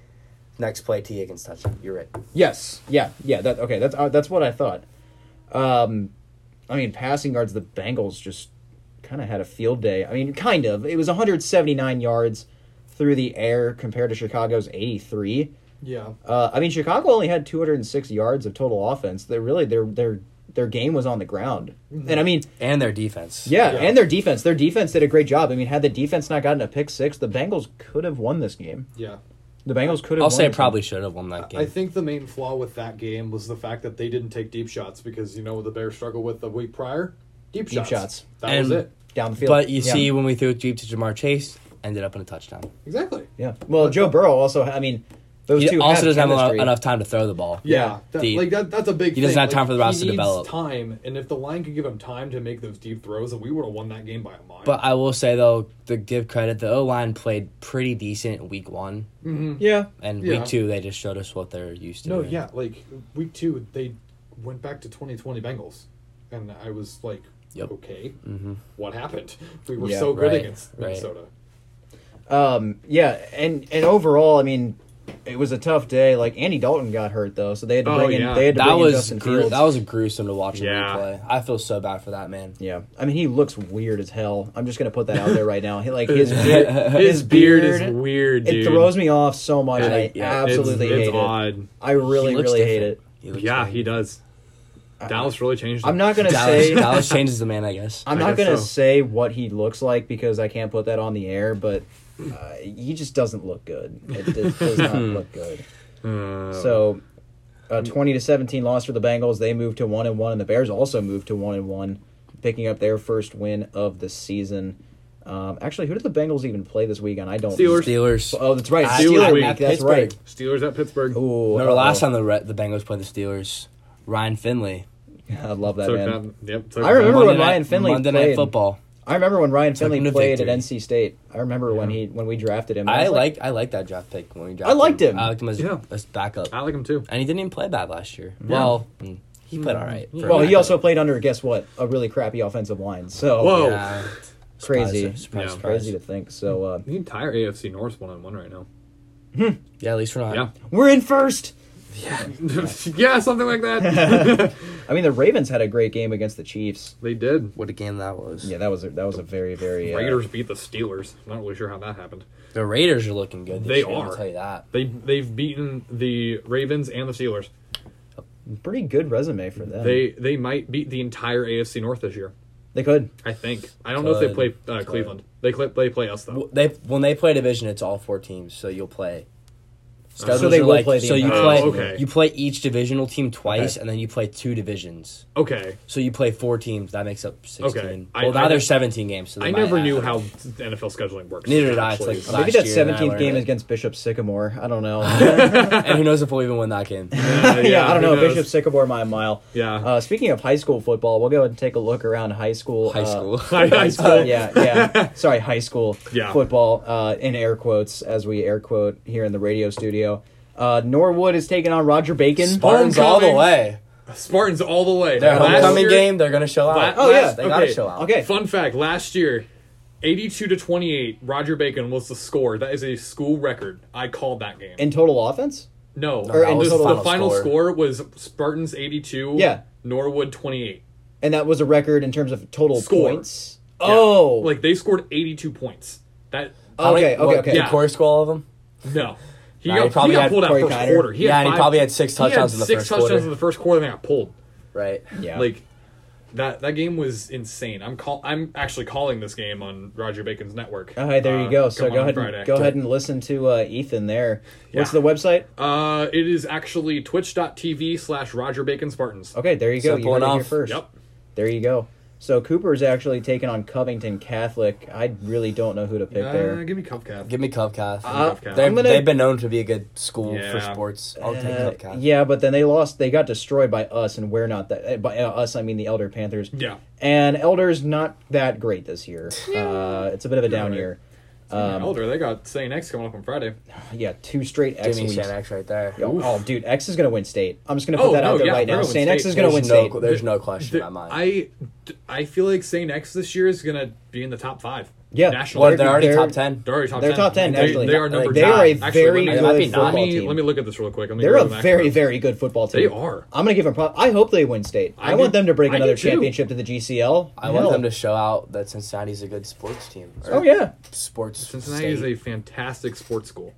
[SPEAKER 3] Next play, T Higgins touchdown. You're right.
[SPEAKER 1] Yes. Yeah. Yeah. That okay. That's uh, that's what I thought. Um, I mean, passing yards. The Bengals just kind of had a field day. I mean, kind of. It was 179 yards through the air compared to Chicago's 83.
[SPEAKER 7] yeah.
[SPEAKER 1] Uh, I mean, Chicago only had 206 yards of total offense. They really their their their game was on the ground. And I mean,
[SPEAKER 3] And their defense.
[SPEAKER 1] yeah,
[SPEAKER 2] Yeah.
[SPEAKER 1] and their defense. Their defense did a great job. I mean, had the defense not gotten a pick six, the Bengals could have won this game.
[SPEAKER 7] yeah.
[SPEAKER 1] The Bengals could have.
[SPEAKER 3] I'll
[SPEAKER 1] won
[SPEAKER 3] say
[SPEAKER 1] this
[SPEAKER 3] probably should have won that game.
[SPEAKER 2] I think the main flaw with that game was the fact that they didn't take deep shots because you know what the Bears struggled with the week prior deep,
[SPEAKER 1] Deep shots.
[SPEAKER 2] That
[SPEAKER 3] And-
[SPEAKER 2] was it.
[SPEAKER 1] game. down the field.
[SPEAKER 3] but you
[SPEAKER 1] Yeah.
[SPEAKER 3] see, when we threw it deep to Jamar Chase, ended up in a touchdown.
[SPEAKER 2] Exactly.
[SPEAKER 1] Yeah. Well, Joe Burrow also. I mean, those
[SPEAKER 3] He
[SPEAKER 1] two
[SPEAKER 3] also doesn't have enough,
[SPEAKER 1] chemistry.
[SPEAKER 3] enough time to throw the ball.
[SPEAKER 2] Yeah, that,
[SPEAKER 3] The-
[SPEAKER 2] like that, that's a big.
[SPEAKER 3] he doesn't
[SPEAKER 2] thing.
[SPEAKER 3] have time
[SPEAKER 2] Like,
[SPEAKER 3] for the routes
[SPEAKER 2] he
[SPEAKER 3] to
[SPEAKER 2] needs
[SPEAKER 3] develop.
[SPEAKER 2] Time, and if the line could give him time to make those deep throws, then we would have won that game by a mile.
[SPEAKER 3] But I will say though, to give credit, the O line played pretty decent in week one,
[SPEAKER 1] Yeah.
[SPEAKER 3] and
[SPEAKER 2] Yeah.
[SPEAKER 3] week two they just showed us what they're used to.
[SPEAKER 2] no,
[SPEAKER 3] doing.
[SPEAKER 2] yeah, like week two, they went back to 2020 Bengals, and I was like,
[SPEAKER 3] Yep.
[SPEAKER 2] okay, what happened? We were
[SPEAKER 1] Yeah,
[SPEAKER 2] so good
[SPEAKER 3] right,
[SPEAKER 2] against
[SPEAKER 3] right.
[SPEAKER 2] Minnesota.
[SPEAKER 1] Um. Yeah. And and overall, I mean, it was a tough day. Like Andy Dalton got hurt though, so they had to
[SPEAKER 2] Oh,
[SPEAKER 1] bring in.
[SPEAKER 2] yeah.
[SPEAKER 1] They had to
[SPEAKER 3] that
[SPEAKER 1] bring in
[SPEAKER 3] was
[SPEAKER 1] Justin
[SPEAKER 3] gru-
[SPEAKER 1] Fields.
[SPEAKER 3] that was gruesome to watch him
[SPEAKER 2] Yeah.
[SPEAKER 3] replay. I feel so bad for that man.
[SPEAKER 1] yeah, I mean he looks weird as hell. I'm just gonna put that out there right now. He like his beard, his beard,
[SPEAKER 2] weird,
[SPEAKER 1] it throws me off so much. and I
[SPEAKER 3] yeah, it's-
[SPEAKER 1] absolutely hate it. I really
[SPEAKER 3] He looks
[SPEAKER 1] really hate
[SPEAKER 3] different.
[SPEAKER 1] it.
[SPEAKER 3] He looks different.
[SPEAKER 2] does. Dallas really changed.
[SPEAKER 1] I'm not gonna
[SPEAKER 3] Dallas,
[SPEAKER 1] say
[SPEAKER 3] Dallas changes the man, I guess.
[SPEAKER 1] I'm
[SPEAKER 2] I
[SPEAKER 1] not
[SPEAKER 2] guess
[SPEAKER 1] gonna
[SPEAKER 2] so.
[SPEAKER 1] say what he looks like because I can't put that on the air, but uh, he just doesn't look good. It, it does not
[SPEAKER 2] Hmm.
[SPEAKER 1] look good. So, uh, twenty to seventeen loss for the Bengals. They moved to one and one, and the Bears also moved to one and one, picking up their first win of the season. Um, actually, who did the Bengals even play this weekend? I don't.
[SPEAKER 2] Steelers.
[SPEAKER 3] Steelers.
[SPEAKER 1] Oh, that's right.
[SPEAKER 3] At-
[SPEAKER 1] Steelers.
[SPEAKER 3] at
[SPEAKER 1] week, That's
[SPEAKER 3] Pittsburgh.
[SPEAKER 1] right.
[SPEAKER 2] Steelers at Pittsburgh.
[SPEAKER 1] Ooh,
[SPEAKER 3] Remember
[SPEAKER 1] uh-oh.
[SPEAKER 3] last time the Re- the Bengals played the Steelers, Ryan Finley.
[SPEAKER 1] I love that man.
[SPEAKER 2] Yep.
[SPEAKER 1] I remember
[SPEAKER 3] Monday
[SPEAKER 1] when
[SPEAKER 3] night-
[SPEAKER 1] Ryan Finley
[SPEAKER 3] Monday
[SPEAKER 1] played.
[SPEAKER 3] Night Football.
[SPEAKER 1] I remember when Ryan
[SPEAKER 3] him
[SPEAKER 1] Finley
[SPEAKER 3] to
[SPEAKER 1] played
[SPEAKER 3] victory.
[SPEAKER 1] at NC State. I remember when he when we drafted him.
[SPEAKER 3] I
[SPEAKER 1] was
[SPEAKER 3] like I like that draft pick when we drafted.
[SPEAKER 1] I liked him.
[SPEAKER 3] I liked him as
[SPEAKER 2] Yeah.
[SPEAKER 3] as backup,
[SPEAKER 2] I like him too.
[SPEAKER 3] and he didn't even play bad last year. Well, mm, he played all right. for a
[SPEAKER 1] Well, he
[SPEAKER 3] backup.
[SPEAKER 1] also played under guess what a really crappy offensive line. So
[SPEAKER 2] Whoa.
[SPEAKER 3] Yeah.
[SPEAKER 1] crazy,
[SPEAKER 3] Surprise, surprise,
[SPEAKER 2] Yeah.
[SPEAKER 1] It's
[SPEAKER 3] surprise.
[SPEAKER 1] crazy to think. So uh,
[SPEAKER 2] The entire AFC North one on one right now.
[SPEAKER 3] Yeah, at least we're not.
[SPEAKER 2] Yeah.
[SPEAKER 1] we're in first.
[SPEAKER 2] yeah, something like that.
[SPEAKER 1] I mean, the Ravens had a great game against the Chiefs.
[SPEAKER 2] They did.
[SPEAKER 3] What a game that was.
[SPEAKER 1] Yeah, that was a, that was a very very. Uh,
[SPEAKER 2] Raiders beat the Steelers. I'm not really sure how that happened.
[SPEAKER 3] The Raiders are looking good. This
[SPEAKER 2] They
[SPEAKER 3] year, I'll
[SPEAKER 2] are.
[SPEAKER 3] tell you that.
[SPEAKER 2] They they've beaten the Ravens and the Steelers.
[SPEAKER 1] pretty good resume for them.
[SPEAKER 2] They they might beat the entire AFC North this year.
[SPEAKER 1] they could.
[SPEAKER 2] I think. I don't know if they play
[SPEAKER 3] Could.
[SPEAKER 2] uh,
[SPEAKER 3] Could.
[SPEAKER 2] Cleveland. They cl- they play us though.
[SPEAKER 3] Well, They when they play division, it's all four teams, so you'll play. Schedules
[SPEAKER 1] they
[SPEAKER 3] are
[SPEAKER 1] will play the
[SPEAKER 3] so you
[SPEAKER 1] entire
[SPEAKER 3] play
[SPEAKER 2] division. Oh, okay.
[SPEAKER 3] you play each divisional team twice, and then you play two divisions.
[SPEAKER 2] Okay.
[SPEAKER 3] So you play four teams. That makes up sixteen.
[SPEAKER 2] I-
[SPEAKER 3] well, now
[SPEAKER 2] I-
[SPEAKER 3] there's seventeen games. So they
[SPEAKER 2] I
[SPEAKER 3] might
[SPEAKER 2] never
[SPEAKER 3] add
[SPEAKER 2] knew
[SPEAKER 3] up.
[SPEAKER 2] how NFL scheduling works.
[SPEAKER 3] Neither did I. It's
[SPEAKER 2] actually.
[SPEAKER 3] like
[SPEAKER 2] So-
[SPEAKER 1] Maybe
[SPEAKER 3] Last
[SPEAKER 1] that
[SPEAKER 3] year, and I
[SPEAKER 1] seventeenth game
[SPEAKER 3] learned.
[SPEAKER 1] is against Bishop Sycamore. I don't know.
[SPEAKER 3] and who knows if we'll even win that game?
[SPEAKER 2] yeah,
[SPEAKER 1] yeah, I don't know.
[SPEAKER 2] who knows?
[SPEAKER 1] Bishop Sycamore by a mile.
[SPEAKER 2] Yeah.
[SPEAKER 1] Uh, speaking of high school football, we'll go and take a look around high school.
[SPEAKER 3] High
[SPEAKER 1] uh,
[SPEAKER 3] school.
[SPEAKER 2] High school.
[SPEAKER 1] yeah, yeah. Sorry, high school
[SPEAKER 2] Yeah.
[SPEAKER 1] football uh, in air quotes as we air quote here in the radio studio. Uh, Norwood is taking on Roger Bacon.
[SPEAKER 3] Spartans all the
[SPEAKER 2] Homecoming.
[SPEAKER 3] way.
[SPEAKER 2] Spartans all the way.
[SPEAKER 3] Their
[SPEAKER 2] Last
[SPEAKER 3] homecoming
[SPEAKER 2] year-
[SPEAKER 3] game, they're gonna show out.
[SPEAKER 1] Oh yeah,
[SPEAKER 3] they gotta show out.
[SPEAKER 1] Okay,
[SPEAKER 2] Fun fact: Last year, eighty-two to twenty-eight, Roger Bacon was the score. That is a school record. I called that game.
[SPEAKER 1] in total offense.
[SPEAKER 2] no,
[SPEAKER 1] or in
[SPEAKER 2] the,
[SPEAKER 1] total
[SPEAKER 2] the
[SPEAKER 3] final
[SPEAKER 2] final
[SPEAKER 3] score.
[SPEAKER 2] score was Spartans eighty-two.
[SPEAKER 1] Yeah.
[SPEAKER 2] Norwood twenty-eight.
[SPEAKER 1] And that was a record in terms of total
[SPEAKER 2] Score.
[SPEAKER 1] points. Oh,
[SPEAKER 2] Like they scored eighty-two points. That
[SPEAKER 3] How many-
[SPEAKER 1] okay, okay,
[SPEAKER 3] what,
[SPEAKER 1] okay.
[SPEAKER 3] Did
[SPEAKER 2] Yeah.
[SPEAKER 3] Corey score all of them?
[SPEAKER 2] no. He
[SPEAKER 3] Nah,
[SPEAKER 2] got,
[SPEAKER 3] he
[SPEAKER 2] he
[SPEAKER 3] probably
[SPEAKER 2] got
[SPEAKER 3] had
[SPEAKER 2] pulled out
[SPEAKER 1] Corey
[SPEAKER 2] first
[SPEAKER 1] Kiner.
[SPEAKER 2] quarter. He
[SPEAKER 3] yeah,
[SPEAKER 2] had
[SPEAKER 3] and he
[SPEAKER 2] five-
[SPEAKER 3] probably had six
[SPEAKER 2] he had
[SPEAKER 3] touchdowns in the
[SPEAKER 2] six
[SPEAKER 3] first
[SPEAKER 2] touchdowns
[SPEAKER 3] quarter.
[SPEAKER 2] in the first quarter. Then got pulled.
[SPEAKER 3] right.
[SPEAKER 1] Yeah.
[SPEAKER 2] Like that that game was insane. I'm call I'm actually calling this game on Roger Bacon's network.
[SPEAKER 1] All right, Oh, there you
[SPEAKER 2] Uh,
[SPEAKER 1] go. So
[SPEAKER 2] come
[SPEAKER 1] go
[SPEAKER 2] on
[SPEAKER 1] ahead,
[SPEAKER 2] Friday.
[SPEAKER 1] and, go ahead and listen to uh, Ethan there. What's
[SPEAKER 2] Yeah.
[SPEAKER 1] the website?
[SPEAKER 2] Uh, it is actually twitch.tv slash Roger Bacon Spartans.
[SPEAKER 1] Okay, there you go.
[SPEAKER 3] Simple
[SPEAKER 1] you heard it here
[SPEAKER 3] enough.
[SPEAKER 1] first.
[SPEAKER 2] Yep.
[SPEAKER 1] There you go. So Cooper's actually taking on Covington Catholic. I really don't know who to pick there.
[SPEAKER 2] Uh, give me Cupcast.
[SPEAKER 3] Give me Cubcast.
[SPEAKER 2] Uh, Cubcast.
[SPEAKER 3] They've,
[SPEAKER 1] I'm gonna-
[SPEAKER 3] they've been known to be a good school for
[SPEAKER 2] Yeah.
[SPEAKER 3] sports. I'll take
[SPEAKER 1] Uh,
[SPEAKER 3] Cubcast.
[SPEAKER 1] yeah, but then they lost. They got destroyed by us, and we're not that. uh, By uh, us, I mean the Elder Panthers.
[SPEAKER 2] Yeah.
[SPEAKER 1] And Elder's not that great this year. Uh, it's a bit of a down year.
[SPEAKER 2] Elder, they got St. X coming up on Friday.
[SPEAKER 1] Yeah, two straight X
[SPEAKER 3] Jimmy
[SPEAKER 1] weeks.
[SPEAKER 3] Shanex right there.
[SPEAKER 1] Yo, oh, dude, X is gonna win state. I'm just gonna put
[SPEAKER 2] Oh,
[SPEAKER 1] that
[SPEAKER 2] no,
[SPEAKER 1] out there
[SPEAKER 2] yeah,
[SPEAKER 1] right
[SPEAKER 2] they're
[SPEAKER 1] now.
[SPEAKER 2] gonna win
[SPEAKER 1] St. X
[SPEAKER 2] state.
[SPEAKER 1] is gonna win
[SPEAKER 3] There's
[SPEAKER 1] state.
[SPEAKER 3] no, there's no question
[SPEAKER 2] Th-
[SPEAKER 3] in my mind.
[SPEAKER 2] I, d- I feel like St. X this year is going to be in the top five.
[SPEAKER 1] Yeah.
[SPEAKER 2] National.
[SPEAKER 3] well,
[SPEAKER 2] Well,
[SPEAKER 1] What
[SPEAKER 3] they're already
[SPEAKER 1] they're-
[SPEAKER 3] top ten.
[SPEAKER 2] they're already top
[SPEAKER 1] They're
[SPEAKER 2] 10.
[SPEAKER 1] top ten.
[SPEAKER 2] They,
[SPEAKER 1] actually,
[SPEAKER 2] they are number
[SPEAKER 3] They
[SPEAKER 1] They
[SPEAKER 3] nine.
[SPEAKER 1] are a
[SPEAKER 2] Actually,
[SPEAKER 1] very
[SPEAKER 2] let me,
[SPEAKER 3] They might be
[SPEAKER 1] good
[SPEAKER 3] nine.
[SPEAKER 2] let
[SPEAKER 1] football
[SPEAKER 2] me,
[SPEAKER 1] team.
[SPEAKER 2] let me look at this real quick. Let me
[SPEAKER 1] They're
[SPEAKER 2] go
[SPEAKER 1] a
[SPEAKER 2] to the next
[SPEAKER 1] very,
[SPEAKER 2] one.
[SPEAKER 1] very good football team.
[SPEAKER 2] They are.
[SPEAKER 1] I'm gonna give them. Pro- I hope they win state. I,
[SPEAKER 2] I
[SPEAKER 1] want
[SPEAKER 2] do-
[SPEAKER 1] them to break
[SPEAKER 2] I do
[SPEAKER 1] another
[SPEAKER 2] too.
[SPEAKER 1] championship to the GCL.
[SPEAKER 3] I want them to show out that Cincinnati's a good sports team. or
[SPEAKER 1] Oh yeah,
[SPEAKER 3] sports.
[SPEAKER 2] Cincinnati
[SPEAKER 3] state.
[SPEAKER 2] is a fantastic sports school.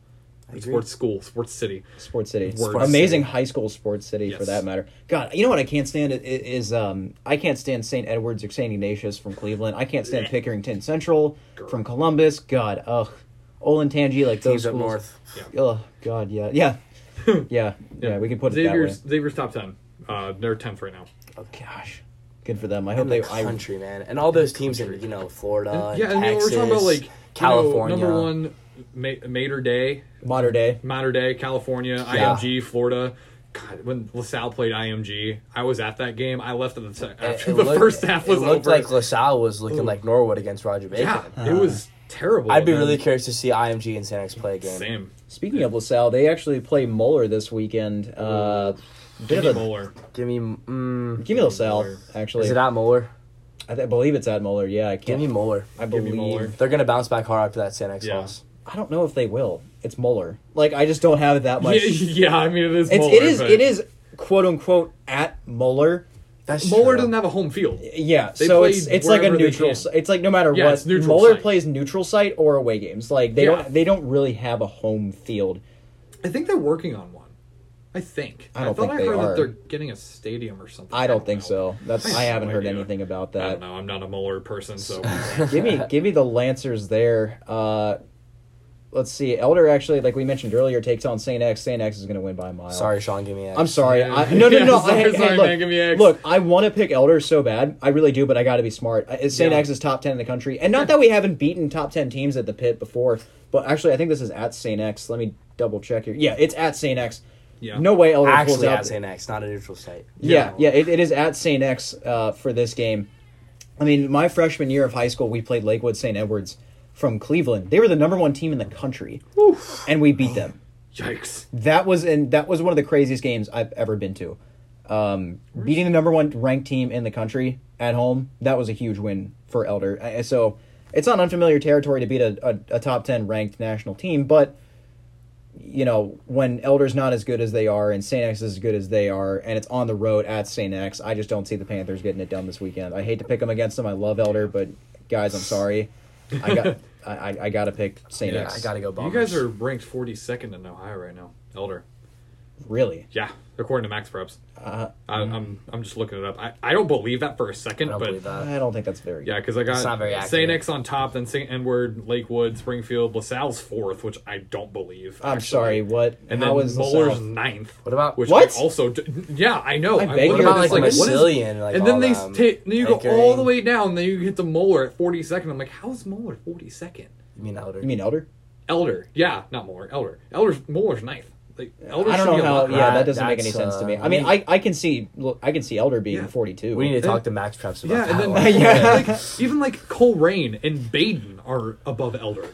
[SPEAKER 3] agree.
[SPEAKER 2] Sports school, sports city.
[SPEAKER 1] sports city,
[SPEAKER 2] Sports
[SPEAKER 1] amazing
[SPEAKER 3] city.
[SPEAKER 1] high school sports city for
[SPEAKER 2] Yes.
[SPEAKER 1] that matter. God, you know what I can't stand i- i- is um I can't stand St. Edwards or St. Ignatius from Cleveland. I can't stand Pickerington Central from Columbus. God, ugh, Olentangy like those
[SPEAKER 3] teams up
[SPEAKER 1] schools.
[SPEAKER 3] north.
[SPEAKER 1] Oh God, yeah, yeah, yeah, yeah, We can put it
[SPEAKER 2] Xavier's,
[SPEAKER 1] that
[SPEAKER 2] Xavier's top 10. Uh, they're 10th right now.
[SPEAKER 1] way. Oh, gosh, good for them. I hope
[SPEAKER 3] In the
[SPEAKER 1] they. I,
[SPEAKER 3] country, man, and all those teams in you know Florida,
[SPEAKER 1] uh,
[SPEAKER 3] and,
[SPEAKER 2] yeah, and
[SPEAKER 3] Texas,
[SPEAKER 2] we're talking about like you know,
[SPEAKER 3] California.
[SPEAKER 2] number one, Ma- Mater Day,
[SPEAKER 1] modern day.
[SPEAKER 2] Mater Day, California,
[SPEAKER 3] Yeah.
[SPEAKER 2] IMG, Florida. God, when LaSalle played IMG, I was at that game. I left at the sec-
[SPEAKER 3] It,
[SPEAKER 2] after
[SPEAKER 3] it
[SPEAKER 2] the
[SPEAKER 3] looked-
[SPEAKER 2] first half was
[SPEAKER 3] it looked
[SPEAKER 2] over.
[SPEAKER 3] like LaSalle was looking like Norwood against Roger Bacon.
[SPEAKER 2] yeah,
[SPEAKER 1] Uh-huh.
[SPEAKER 2] it was terrible.
[SPEAKER 3] I'd be
[SPEAKER 2] man.
[SPEAKER 3] really curious to see IMG and Sanex play a game.
[SPEAKER 2] same.
[SPEAKER 1] Speaking of LaSalle, they actually play Muller this weekend. Uh, bit
[SPEAKER 2] Jimmy
[SPEAKER 1] of a,
[SPEAKER 2] Moeller.
[SPEAKER 3] Give me, mm,
[SPEAKER 1] give me LaSalle,
[SPEAKER 2] Muller.
[SPEAKER 1] actually.
[SPEAKER 3] is it at Muller?
[SPEAKER 1] I, th- believe it's at Muller, yeah. I
[SPEAKER 3] Give
[SPEAKER 1] can't.
[SPEAKER 3] me Muller.
[SPEAKER 1] I
[SPEAKER 2] Give me Muller.
[SPEAKER 1] believe.
[SPEAKER 3] They're gonna bounce back hard after that Sanex
[SPEAKER 2] Yeah.
[SPEAKER 3] loss.
[SPEAKER 1] I don't know if they will. It's Muller. Like, I just don't have it that
[SPEAKER 2] Yeah,
[SPEAKER 1] much.
[SPEAKER 2] yeah, I mean it is.
[SPEAKER 1] it's,
[SPEAKER 2] Moeller,
[SPEAKER 1] it is,
[SPEAKER 2] but
[SPEAKER 1] it is, quote unquote, at Muller.
[SPEAKER 3] That's
[SPEAKER 2] Moeller
[SPEAKER 3] true.
[SPEAKER 2] doesn't have a home field.
[SPEAKER 1] Yeah,
[SPEAKER 2] They
[SPEAKER 1] so
[SPEAKER 2] play
[SPEAKER 1] it's it's like a
[SPEAKER 2] wherever they
[SPEAKER 1] neutral.
[SPEAKER 2] can.
[SPEAKER 1] si- It's like no matter
[SPEAKER 2] Yeah,
[SPEAKER 1] what,
[SPEAKER 2] it's neutral
[SPEAKER 1] Muller
[SPEAKER 2] site.
[SPEAKER 1] plays neutral site or away games. Like they
[SPEAKER 2] Yeah.
[SPEAKER 1] don't they don't really have a home field.
[SPEAKER 2] I think they're working on one. I think.
[SPEAKER 1] I don't
[SPEAKER 2] thought
[SPEAKER 1] think
[SPEAKER 2] I
[SPEAKER 1] they
[SPEAKER 2] heard
[SPEAKER 1] are.
[SPEAKER 2] that they're getting a stadium or something.
[SPEAKER 1] I don't think
[SPEAKER 2] know.
[SPEAKER 1] so. That's I haven't
[SPEAKER 2] no
[SPEAKER 1] heard
[SPEAKER 2] idea.
[SPEAKER 1] anything about
[SPEAKER 2] I
[SPEAKER 1] that.
[SPEAKER 2] don't know. I'm not a Moeller person, so
[SPEAKER 1] give me give me the Lancers there. Uh, let's see. Elder actually, like we mentioned earlier, takes on Saint X. Saint X is going to win by a mile.
[SPEAKER 3] Oh. Sorry, Sean. Give me. X.
[SPEAKER 1] I'm sorry.
[SPEAKER 2] Yeah.
[SPEAKER 1] I, no, no,
[SPEAKER 2] Yeah,
[SPEAKER 1] no. I,
[SPEAKER 2] sorry,
[SPEAKER 1] hey, hey,
[SPEAKER 2] sorry,
[SPEAKER 1] look,
[SPEAKER 2] man, give me X.
[SPEAKER 1] look, I want to pick Elder so bad. I really do, but I got to be smart. I- Saint
[SPEAKER 2] Yeah.
[SPEAKER 1] X is top ten in the country, and not that we haven't beaten top ten teams at the pit before, but actually, I think this is at Saint X. Let me double check here. Yeah, it's at Saint X.
[SPEAKER 2] Yeah.
[SPEAKER 1] No way, Elder pulls
[SPEAKER 3] Actually,
[SPEAKER 1] out.
[SPEAKER 3] at Sanex, not a neutral site.
[SPEAKER 1] Yeah, yeah,
[SPEAKER 2] Yeah.
[SPEAKER 1] it, it is at St. X uh, for this game. I mean, my freshman year of high school, we played Lakewood St. Edwards from Cleveland. They were the number one team in the country, and we beat them.
[SPEAKER 2] yikes.
[SPEAKER 1] That was and that was one of the craziest games I've ever been to. Um, beating the number one ranked team in the country at home, that was a huge win for Elder. I- I- So it's not unfamiliar territory to beat a, a, a top ten ranked national team, but you know, when Elder's not as good as they are and St. X is as good as they are, and it's on the road at St. X, I just don't see the Panthers getting it done this weekend. I hate to pick them against them. I love Elder, but guys, I'm sorry. I got I, I, I got to pick St.
[SPEAKER 3] Yeah,
[SPEAKER 1] X.
[SPEAKER 3] I gotta go.
[SPEAKER 2] You
[SPEAKER 3] Bombers.
[SPEAKER 2] guys are ranked 42nd in Ohio right now, Elder.
[SPEAKER 1] Really?
[SPEAKER 2] Yeah, according to Max Preps.
[SPEAKER 3] Uh,
[SPEAKER 2] I, I'm I'm just looking it up. I, I don't believe that for a second,
[SPEAKER 3] I don't
[SPEAKER 2] but
[SPEAKER 3] believe that.
[SPEAKER 1] I don't think that's very
[SPEAKER 2] yeah, because I
[SPEAKER 3] It's not very
[SPEAKER 2] got
[SPEAKER 3] accurate.
[SPEAKER 2] Saint X on top, then Saint Edward, Lakewood, Springfield, LaSalle's fourth, which I don't believe.
[SPEAKER 1] I'm
[SPEAKER 2] actually.
[SPEAKER 1] sorry, what?
[SPEAKER 2] And
[SPEAKER 1] How
[SPEAKER 2] then
[SPEAKER 1] is uh,
[SPEAKER 2] Bowler's
[SPEAKER 1] LaSalle-
[SPEAKER 2] ninth.
[SPEAKER 3] What about-
[SPEAKER 2] which
[SPEAKER 1] What?
[SPEAKER 2] I also d- yeah, I know.
[SPEAKER 1] I
[SPEAKER 2] I'm
[SPEAKER 1] beg
[SPEAKER 2] looking
[SPEAKER 1] your
[SPEAKER 2] at this,
[SPEAKER 1] pardon.
[SPEAKER 2] what is-
[SPEAKER 3] Massilian, like,
[SPEAKER 2] and then
[SPEAKER 3] all
[SPEAKER 2] they
[SPEAKER 3] them,
[SPEAKER 2] take then you go all
[SPEAKER 3] Pickering.
[SPEAKER 2] the way down, and then you hit the Moeller at 42nd. I'm like, how is Moeller 42nd?
[SPEAKER 3] You mean Elder?
[SPEAKER 1] You mean Elder?
[SPEAKER 2] Elder, yeah, not Moeller. Elder, Elder's Moeller's ninth. Like Elder
[SPEAKER 1] I don't
[SPEAKER 2] should
[SPEAKER 1] know
[SPEAKER 2] be a
[SPEAKER 1] how.
[SPEAKER 2] lot
[SPEAKER 1] Yeah,
[SPEAKER 3] That-
[SPEAKER 1] that doesn't make any
[SPEAKER 3] that's,
[SPEAKER 1] sense to me.
[SPEAKER 3] uh,
[SPEAKER 1] I mean,
[SPEAKER 3] we
[SPEAKER 1] I, I can see look, I can see Elder being
[SPEAKER 2] Yeah.
[SPEAKER 1] 42.
[SPEAKER 3] we need to talk to Max Preps about
[SPEAKER 2] Yeah, and
[SPEAKER 3] that.
[SPEAKER 2] then
[SPEAKER 3] one.
[SPEAKER 1] Yeah.
[SPEAKER 2] like, even like Coleraine and Baden are above Elder.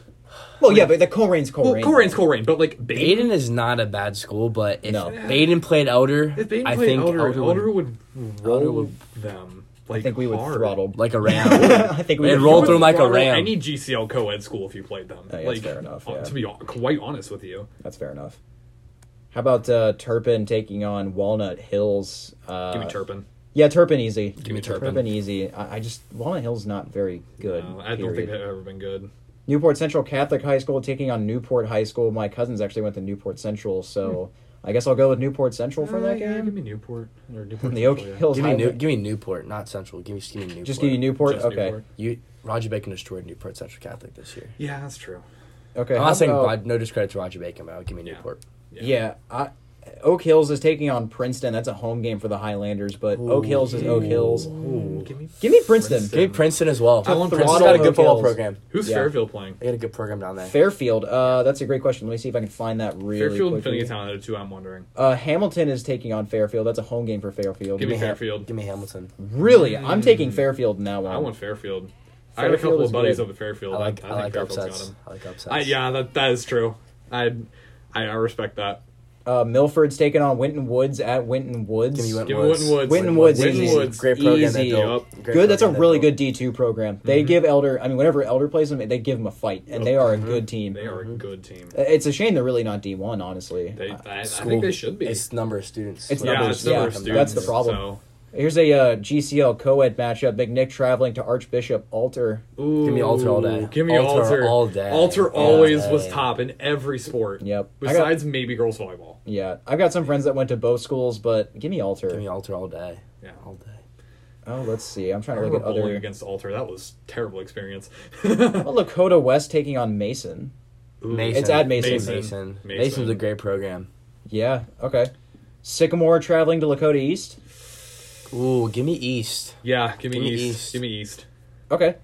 [SPEAKER 1] well, yeah, but the Colerain's
[SPEAKER 2] Well,
[SPEAKER 1] Colerain.
[SPEAKER 2] Colerain's Coleraine, but like Baden,
[SPEAKER 3] Baden is not a bad school, but if
[SPEAKER 1] No.
[SPEAKER 3] Baden played Elder,
[SPEAKER 2] if Baden
[SPEAKER 3] I
[SPEAKER 2] played
[SPEAKER 3] think
[SPEAKER 2] Elder,
[SPEAKER 3] Elder,
[SPEAKER 2] Elder,
[SPEAKER 3] would,
[SPEAKER 2] would roll
[SPEAKER 3] Elder would-
[SPEAKER 2] them.
[SPEAKER 1] I
[SPEAKER 2] Like,
[SPEAKER 1] think we would
[SPEAKER 2] hard.
[SPEAKER 1] throttle.
[SPEAKER 3] like a ram.
[SPEAKER 1] I think we
[SPEAKER 3] They'd
[SPEAKER 1] would
[SPEAKER 2] You
[SPEAKER 3] roll
[SPEAKER 2] would
[SPEAKER 3] through 'em like a
[SPEAKER 2] throttle
[SPEAKER 3] ram.
[SPEAKER 2] Any GCL co-ed school if you played them.
[SPEAKER 1] yeah, that's
[SPEAKER 2] like,
[SPEAKER 1] fair enough,
[SPEAKER 2] uh,
[SPEAKER 1] yeah.
[SPEAKER 2] To be hon- quite honest with you,
[SPEAKER 1] That's fair enough. How about uh, Turpin taking on Walnut Hills? Uh,
[SPEAKER 2] give me Turpin.
[SPEAKER 1] Yeah, Turpin easy.
[SPEAKER 2] Give me Turpin.
[SPEAKER 1] easy. I, I just Walnut Hill's not very good.
[SPEAKER 2] Uh, I don't
[SPEAKER 1] period.
[SPEAKER 2] think they've ever been good.
[SPEAKER 1] Newport Central Catholic High School taking on Newport High School. My cousins actually went to Newport Central, so
[SPEAKER 2] Hmm.
[SPEAKER 1] I guess I'll go with Newport Central for
[SPEAKER 2] Uh,
[SPEAKER 1] that
[SPEAKER 2] yeah, give
[SPEAKER 1] game.
[SPEAKER 2] me Newport or Newport.
[SPEAKER 1] The
[SPEAKER 2] Central,
[SPEAKER 1] Oak
[SPEAKER 3] Oh,
[SPEAKER 2] yeah.
[SPEAKER 1] Hills.
[SPEAKER 3] give me
[SPEAKER 1] Highway-
[SPEAKER 3] New, give me Newport, not Central. Give me just give me Newport.
[SPEAKER 1] Just give you Newport.
[SPEAKER 2] Just
[SPEAKER 1] okay.
[SPEAKER 2] Newport.
[SPEAKER 3] You Roger Bacon destroyed Newport Central Catholic this year.
[SPEAKER 2] Yeah, that's true.
[SPEAKER 1] Okay.
[SPEAKER 3] I'm
[SPEAKER 1] how
[SPEAKER 3] not saying
[SPEAKER 1] about-
[SPEAKER 3] Rod- no discredit to Roger Bacon, but I would give me
[SPEAKER 2] Yeah.
[SPEAKER 3] Newport.
[SPEAKER 2] Yeah.
[SPEAKER 1] Yeah, I, Oak Hills is taking on Princeton. That's a home game for the Highlanders, but Oak Hills is Oak Hills.
[SPEAKER 2] Give me
[SPEAKER 1] Give me Princeton.
[SPEAKER 2] Princeton.
[SPEAKER 3] Give me Princeton as well.
[SPEAKER 2] I want
[SPEAKER 3] Princeton's
[SPEAKER 2] Throttle
[SPEAKER 3] got a good
[SPEAKER 1] Oak
[SPEAKER 3] football
[SPEAKER 1] Hills.
[SPEAKER 3] program.
[SPEAKER 2] Who's
[SPEAKER 1] Yeah.
[SPEAKER 2] Fairfield playing?
[SPEAKER 3] They got a good program down there.
[SPEAKER 1] Fairfield. Uh, that's a great question. Let me see if I can find that really
[SPEAKER 2] Fairfield and
[SPEAKER 1] quickly.
[SPEAKER 2] Finnegantown are the two I'm wondering.
[SPEAKER 1] Uh, Hamilton is taking on Fairfield. That's a home game for Fairfield.
[SPEAKER 2] Give me
[SPEAKER 3] Ham-
[SPEAKER 2] Fairfield.
[SPEAKER 3] Give me Hamilton.
[SPEAKER 1] really, I'm taking Fairfield in that one.
[SPEAKER 2] I want Fairfield. I got a
[SPEAKER 1] Fairfield
[SPEAKER 2] couple
[SPEAKER 1] is
[SPEAKER 2] of buddies
[SPEAKER 1] good.
[SPEAKER 2] up at Fairfield.
[SPEAKER 3] I like I,
[SPEAKER 2] I, think
[SPEAKER 3] like
[SPEAKER 2] Fairfield's
[SPEAKER 3] upsets.
[SPEAKER 2] got 'em.
[SPEAKER 3] I like upsets.
[SPEAKER 2] I, yeah, that that is true. I I, I respect that.
[SPEAKER 1] uh, Milford's taking on Winton Woods at Winton Woods.
[SPEAKER 3] Give me Winton
[SPEAKER 2] Give me
[SPEAKER 3] Woods.
[SPEAKER 2] Winton Woods.
[SPEAKER 1] Winton Woods,
[SPEAKER 2] Winton
[SPEAKER 1] easy.
[SPEAKER 2] Woods.
[SPEAKER 3] Great program. They
[SPEAKER 1] Easy.
[SPEAKER 3] built.
[SPEAKER 2] Yup.
[SPEAKER 3] Great
[SPEAKER 1] good. That's a
[SPEAKER 3] program they
[SPEAKER 1] really
[SPEAKER 3] built.
[SPEAKER 1] good D two program.
[SPEAKER 2] Mm-hmm.
[SPEAKER 1] They give Elder. I mean, whenever Elder plays them, they give them a fight, and they
[SPEAKER 3] Mm-hmm.
[SPEAKER 1] are a good team.
[SPEAKER 2] Oh. They are a good team.
[SPEAKER 1] It's a shame they're really not D one, honestly. Uh,
[SPEAKER 2] They, I, I
[SPEAKER 3] Uh, School.
[SPEAKER 2] think they should be.
[SPEAKER 3] It's number of students.
[SPEAKER 1] It's
[SPEAKER 3] What
[SPEAKER 2] yeah,
[SPEAKER 1] numbers,
[SPEAKER 2] it's number of
[SPEAKER 1] yeah, that's
[SPEAKER 2] students.
[SPEAKER 1] the problem. Here's a uh, GCL co-ed matchup. McNick traveling to Archbishop Alter.
[SPEAKER 2] So. Ooh,
[SPEAKER 3] Give me Alter all day.
[SPEAKER 2] Give me
[SPEAKER 3] Alter
[SPEAKER 2] Alter
[SPEAKER 3] all day.
[SPEAKER 2] Alter
[SPEAKER 3] Yeah.
[SPEAKER 2] always was
[SPEAKER 3] Yeah.
[SPEAKER 2] top in every sport.
[SPEAKER 1] Yep. I got-
[SPEAKER 2] Besides maybe girls volleyball.
[SPEAKER 1] Yeah, I've got some friends that went to both schools, but give me Alter.
[SPEAKER 3] Give me Alter all day.
[SPEAKER 2] Yeah.
[SPEAKER 3] All day.
[SPEAKER 1] oh, let's see. I'm trying
[SPEAKER 2] I
[SPEAKER 1] to look
[SPEAKER 2] remember
[SPEAKER 1] at
[SPEAKER 2] bowling
[SPEAKER 1] other.
[SPEAKER 2] against Alter. That was terrible experience.
[SPEAKER 1] Well, Lakota West taking on Mason.
[SPEAKER 3] Mason.
[SPEAKER 1] It's at Mason.
[SPEAKER 3] Mason.
[SPEAKER 2] Mason.
[SPEAKER 3] Mason. Mason's a great program.
[SPEAKER 1] Yeah. Okay. Sycamore traveling to Lakota East.
[SPEAKER 3] Ooh, give me East.
[SPEAKER 2] yeah, give me,
[SPEAKER 3] Give me
[SPEAKER 2] East.
[SPEAKER 3] East.
[SPEAKER 2] Give me East.
[SPEAKER 1] Okay.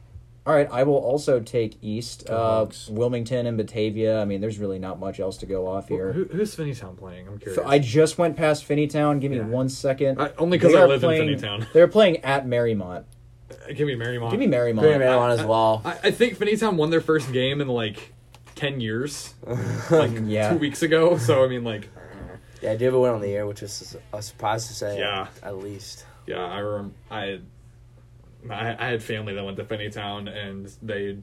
[SPEAKER 1] All right. I will also take East. Uh,
[SPEAKER 3] Hawks.
[SPEAKER 1] Wilmington and Batavia. I mean, there's really not much else to go off here.
[SPEAKER 2] Who, who's Finneytown playing? I'm curious.
[SPEAKER 1] So I just went past Finneytown. Give me
[SPEAKER 2] Yeah.
[SPEAKER 1] one second.
[SPEAKER 2] I- only 'cause
[SPEAKER 1] They
[SPEAKER 2] I
[SPEAKER 1] are
[SPEAKER 2] live in
[SPEAKER 1] playing-
[SPEAKER 2] Finneytown.
[SPEAKER 1] They're playing at Marymont.
[SPEAKER 2] give me Marymount.
[SPEAKER 1] Give me Uh, Marymont.
[SPEAKER 3] Great marijuana as well.
[SPEAKER 2] I, I think Finneytown won their first game in like ten years, like
[SPEAKER 1] Um, Yeah.
[SPEAKER 2] two weeks ago. So I mean, like,
[SPEAKER 3] Yeah, I do have a win on the air, which is a surprise to say.
[SPEAKER 2] Yeah.
[SPEAKER 3] At least.
[SPEAKER 2] yeah, I remember I, I, I had family that went to Finneytown, and they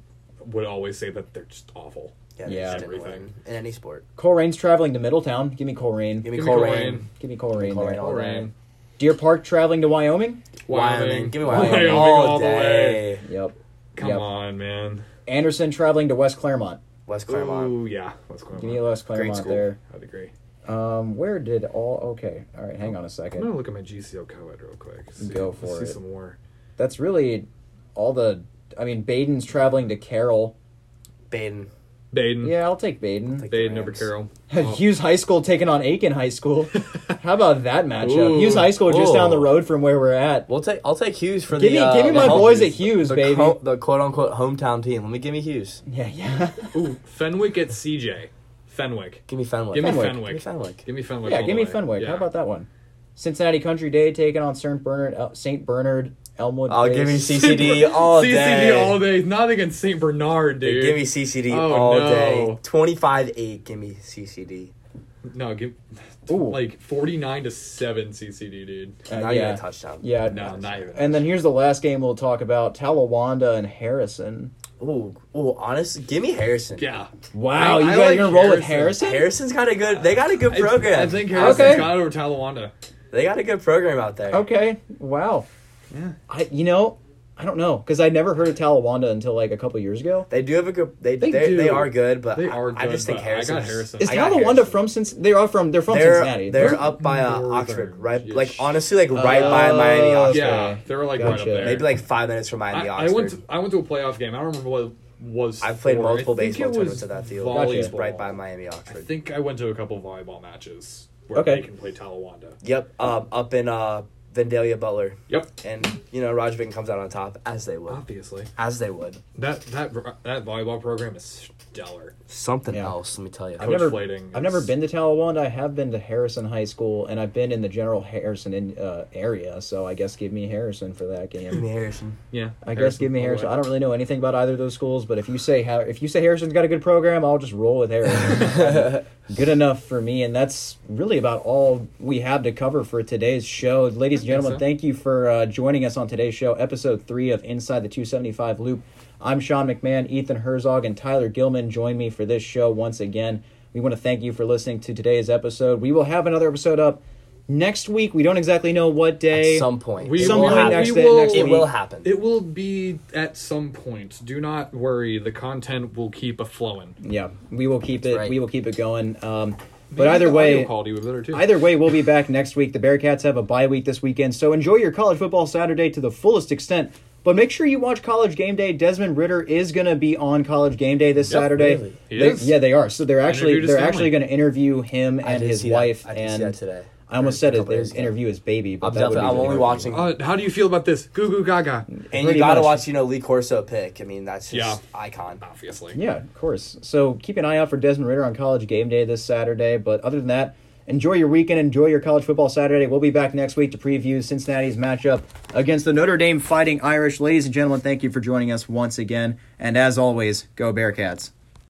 [SPEAKER 2] would always say that they're just awful.
[SPEAKER 3] Yeah, they
[SPEAKER 1] Yeah.
[SPEAKER 3] just didn't
[SPEAKER 2] Everything.
[SPEAKER 3] win in any sport.
[SPEAKER 1] Colerain's traveling to Middletown. Give me Colerain.
[SPEAKER 3] Give me
[SPEAKER 2] Give me
[SPEAKER 3] Colerain.
[SPEAKER 2] Colerain.
[SPEAKER 1] Give me Colerain.
[SPEAKER 3] Colerain
[SPEAKER 1] there.
[SPEAKER 3] all day.
[SPEAKER 2] Lorraine,
[SPEAKER 1] Deer Park traveling to Wyoming.
[SPEAKER 3] Wyoming. Give me Wyoming,
[SPEAKER 2] Wyoming
[SPEAKER 3] all,
[SPEAKER 2] all the
[SPEAKER 3] day.
[SPEAKER 2] way.
[SPEAKER 1] Yep.
[SPEAKER 2] Come
[SPEAKER 1] Yep.
[SPEAKER 2] on, man.
[SPEAKER 1] Anderson traveling to West Claremont.
[SPEAKER 3] West Claremont.
[SPEAKER 2] Ooh, yeah. What's going
[SPEAKER 1] Give me
[SPEAKER 2] on?
[SPEAKER 1] West Claremont
[SPEAKER 3] school.
[SPEAKER 1] there.
[SPEAKER 2] I'd agree.
[SPEAKER 1] Um, where did all? Okay, all right. Hang on a
[SPEAKER 2] I'm gonna
[SPEAKER 1] second.
[SPEAKER 2] look at my GCL co-ed real quick. See,
[SPEAKER 1] Go for
[SPEAKER 2] see
[SPEAKER 1] it.
[SPEAKER 2] some more.
[SPEAKER 1] That's really all the. I mean, Baden's traveling to Carroll.
[SPEAKER 3] Baden.
[SPEAKER 2] Baden.
[SPEAKER 1] Yeah, I'll take Baden.
[SPEAKER 3] Take the
[SPEAKER 2] Baden over
[SPEAKER 3] Rams.
[SPEAKER 2] Carroll.
[SPEAKER 1] Hughes High School taking on Aiken High School. How about that matchup?
[SPEAKER 2] Ooh.
[SPEAKER 1] Hughes High School just
[SPEAKER 3] Whoa.
[SPEAKER 1] down the road from where we're at.
[SPEAKER 3] We'll take. I'll take Hughes for
[SPEAKER 1] Give
[SPEAKER 3] the.
[SPEAKER 1] me-
[SPEAKER 3] uh,
[SPEAKER 1] give me
[SPEAKER 3] the
[SPEAKER 1] my
[SPEAKER 3] home-
[SPEAKER 1] boys at Hughes,
[SPEAKER 3] the
[SPEAKER 1] baby.
[SPEAKER 3] co- the quote unquote hometown team. Let me give me Hughes.
[SPEAKER 1] Yeah, yeah,
[SPEAKER 2] Oh, Ooh, Fenwick at CJ. Fenwick.
[SPEAKER 3] Give me Fenwick.
[SPEAKER 2] Give me
[SPEAKER 1] Fenwick.
[SPEAKER 3] Give me
[SPEAKER 2] Fenwick.
[SPEAKER 3] Fenwick.
[SPEAKER 2] Give me Fenwick.
[SPEAKER 1] yeah.
[SPEAKER 2] all
[SPEAKER 1] Give
[SPEAKER 2] the
[SPEAKER 1] me
[SPEAKER 2] way.
[SPEAKER 1] Fenwick.
[SPEAKER 2] Yeah.
[SPEAKER 1] How about that one? Cincinnati Country Day taking on St. Bernard. Uh, St. Bernard Elmwood.
[SPEAKER 3] I'll give you
[SPEAKER 1] Place.
[SPEAKER 3] CCD all
[SPEAKER 2] CCD
[SPEAKER 3] day.
[SPEAKER 2] all day. Not against St. Bernard, dude.
[SPEAKER 3] Give me CCD
[SPEAKER 2] Oh,
[SPEAKER 3] all
[SPEAKER 2] no.
[SPEAKER 3] day. Twenty five eight. Give me CCD.
[SPEAKER 2] no, give
[SPEAKER 1] Ooh.
[SPEAKER 2] like forty nine to seven CCD, dude.
[SPEAKER 1] Uh,
[SPEAKER 3] Not even
[SPEAKER 1] yeah.
[SPEAKER 3] a touchdown.
[SPEAKER 1] Yeah.
[SPEAKER 2] No, not even.
[SPEAKER 1] And then here's the last game we'll talk about: Talawanda and Harrison.
[SPEAKER 3] Ooh, ooh, honest, give me Harrison.
[SPEAKER 7] Yeah.
[SPEAKER 1] Wow,
[SPEAKER 7] I-
[SPEAKER 1] you
[SPEAKER 7] I
[SPEAKER 1] guys
[SPEAKER 7] like
[SPEAKER 1] gonna roll with
[SPEAKER 7] Harrison.
[SPEAKER 1] Harrison?
[SPEAKER 3] Harrison's got a good. They got a good program.
[SPEAKER 7] I think Harrison's
[SPEAKER 1] Okay.
[SPEAKER 7] got over Talawanda.
[SPEAKER 3] they got a good program out there.
[SPEAKER 1] Okay. Wow.
[SPEAKER 7] Yeah.
[SPEAKER 1] I you know, I don't know because I never heard of Talawanda until like a couple years ago.
[SPEAKER 3] They do have a good. They
[SPEAKER 1] They
[SPEAKER 3] they, they,
[SPEAKER 1] do.
[SPEAKER 3] are good, but
[SPEAKER 7] They
[SPEAKER 3] I,
[SPEAKER 7] are
[SPEAKER 3] I just
[SPEAKER 7] good,
[SPEAKER 3] think
[SPEAKER 7] but I got
[SPEAKER 3] Harrison's-
[SPEAKER 7] Harrison.
[SPEAKER 1] Is
[SPEAKER 3] I got
[SPEAKER 1] Talawanda
[SPEAKER 3] Harrison.
[SPEAKER 1] from Cincinnati? They are from. They're from
[SPEAKER 3] They're
[SPEAKER 1] Cincinnati.
[SPEAKER 3] they're up by uh,
[SPEAKER 7] northern,
[SPEAKER 3] Oxford, right?
[SPEAKER 7] yes.
[SPEAKER 3] Like honestly, like right by Miami,
[SPEAKER 1] Oh,
[SPEAKER 3] Oxford.
[SPEAKER 2] Yeah, they were like right up
[SPEAKER 1] Gotcha.
[SPEAKER 2] there.
[SPEAKER 3] Maybe like five minutes from
[SPEAKER 2] I,
[SPEAKER 3] Miami,
[SPEAKER 2] I
[SPEAKER 3] Oxford.
[SPEAKER 2] went. To, I went to a playoff game. I don't remember what it was.
[SPEAKER 3] I've played
[SPEAKER 2] for.
[SPEAKER 3] multiple
[SPEAKER 2] I think
[SPEAKER 3] baseball
[SPEAKER 2] it
[SPEAKER 3] tournaments
[SPEAKER 2] was
[SPEAKER 3] at that field.
[SPEAKER 1] Gotcha.
[SPEAKER 3] It's
[SPEAKER 2] volleyball.
[SPEAKER 3] right by Miami,
[SPEAKER 2] I
[SPEAKER 3] Oxford.
[SPEAKER 2] think I went to a couple volleyball matches where
[SPEAKER 1] Okay.
[SPEAKER 2] they can play Talawanda.
[SPEAKER 3] Yep, um, up in uh, Vandalia Butler,
[SPEAKER 2] Yep,
[SPEAKER 3] and you know Roger Vick comes out on top as they would,
[SPEAKER 2] obviously
[SPEAKER 3] as they would.
[SPEAKER 2] that that that volleyball program is stellar.
[SPEAKER 3] Something
[SPEAKER 1] Yeah.
[SPEAKER 3] else, let me tell you.
[SPEAKER 1] I've never,
[SPEAKER 2] Flading
[SPEAKER 1] I've never
[SPEAKER 2] is-
[SPEAKER 1] been to Talawanda. I have been to Harrison High School, and I've been in the general Harrison in, uh, area. So I guess give me Harrison for that game.
[SPEAKER 3] Harrison.
[SPEAKER 2] Yeah,
[SPEAKER 1] I guess give me Harrison. I don't really know anything about either of those schools, but if you say Har- if you say Harrison's got a good program, I'll just roll with Harrison. good enough for me, and that's really about all we have to cover for today's show, ladies and gentlemen.
[SPEAKER 2] so.
[SPEAKER 1] Thank you for uh, joining us on today's show, episode three of Inside the 275 Loop. I'm Sean McMahon, Ethan Herzog, and Tyler Gilman join me for this show once again. We want to thank you for listening to today's episode. We will have another episode up next week. We don't exactly know what day.
[SPEAKER 3] At some point,
[SPEAKER 2] We
[SPEAKER 3] it
[SPEAKER 1] some
[SPEAKER 3] will
[SPEAKER 1] point
[SPEAKER 3] happen.
[SPEAKER 1] next
[SPEAKER 2] we
[SPEAKER 1] day,
[SPEAKER 2] will-
[SPEAKER 1] next
[SPEAKER 3] it
[SPEAKER 1] week.
[SPEAKER 3] will happen.
[SPEAKER 2] It will be at some point. Do not worry. The content will keep a flowing.
[SPEAKER 1] Yeah, we will keep it.
[SPEAKER 3] right.
[SPEAKER 1] We will keep it going. Um, but either way,
[SPEAKER 2] quality was better too.
[SPEAKER 1] Either way, we'll be back next week. The Bearcats have a bye week this weekend, so enjoy your college football Saturday to the fullest extent. But make sure you watch College Game Day. Desmond Ritter is going to be on College Game Day this Saturday.
[SPEAKER 3] really?
[SPEAKER 2] He
[SPEAKER 1] They-
[SPEAKER 2] is?
[SPEAKER 1] yeah, they are. So they're actually
[SPEAKER 2] Interviewed his
[SPEAKER 1] they're
[SPEAKER 2] family.
[SPEAKER 1] actually going to interview him
[SPEAKER 3] I
[SPEAKER 1] and
[SPEAKER 3] did
[SPEAKER 1] his
[SPEAKER 3] see that.
[SPEAKER 1] wife.
[SPEAKER 3] I did see
[SPEAKER 1] and
[SPEAKER 3] that today.
[SPEAKER 1] I almost said it.
[SPEAKER 3] A couple days
[SPEAKER 1] Their
[SPEAKER 3] ago. Oh,
[SPEAKER 1] interview his baby, but
[SPEAKER 3] I'm,
[SPEAKER 1] that
[SPEAKER 3] definitely,
[SPEAKER 1] would be
[SPEAKER 3] I'm
[SPEAKER 1] the
[SPEAKER 3] only
[SPEAKER 1] interview.
[SPEAKER 3] watching,
[SPEAKER 2] Uh, how do you feel about this? Goo goo gaga.
[SPEAKER 3] and you
[SPEAKER 1] pretty
[SPEAKER 3] gotta
[SPEAKER 1] much.
[SPEAKER 3] watch. You know, Lee Corso pick. I mean, that's
[SPEAKER 2] Yeah.
[SPEAKER 3] just icon.
[SPEAKER 2] Obviously.
[SPEAKER 1] Yeah, of course. So keep an eye out for Desmond Ritter on College Game Day this Saturday. But other than that, enjoy your weekend. Enjoy your college football Saturday. We'll be back next week to preview Cincinnati's matchup against the Notre Dame Fighting Irish. Ladies and gentlemen, thank you for joining us once again. And as always, go Bearcats.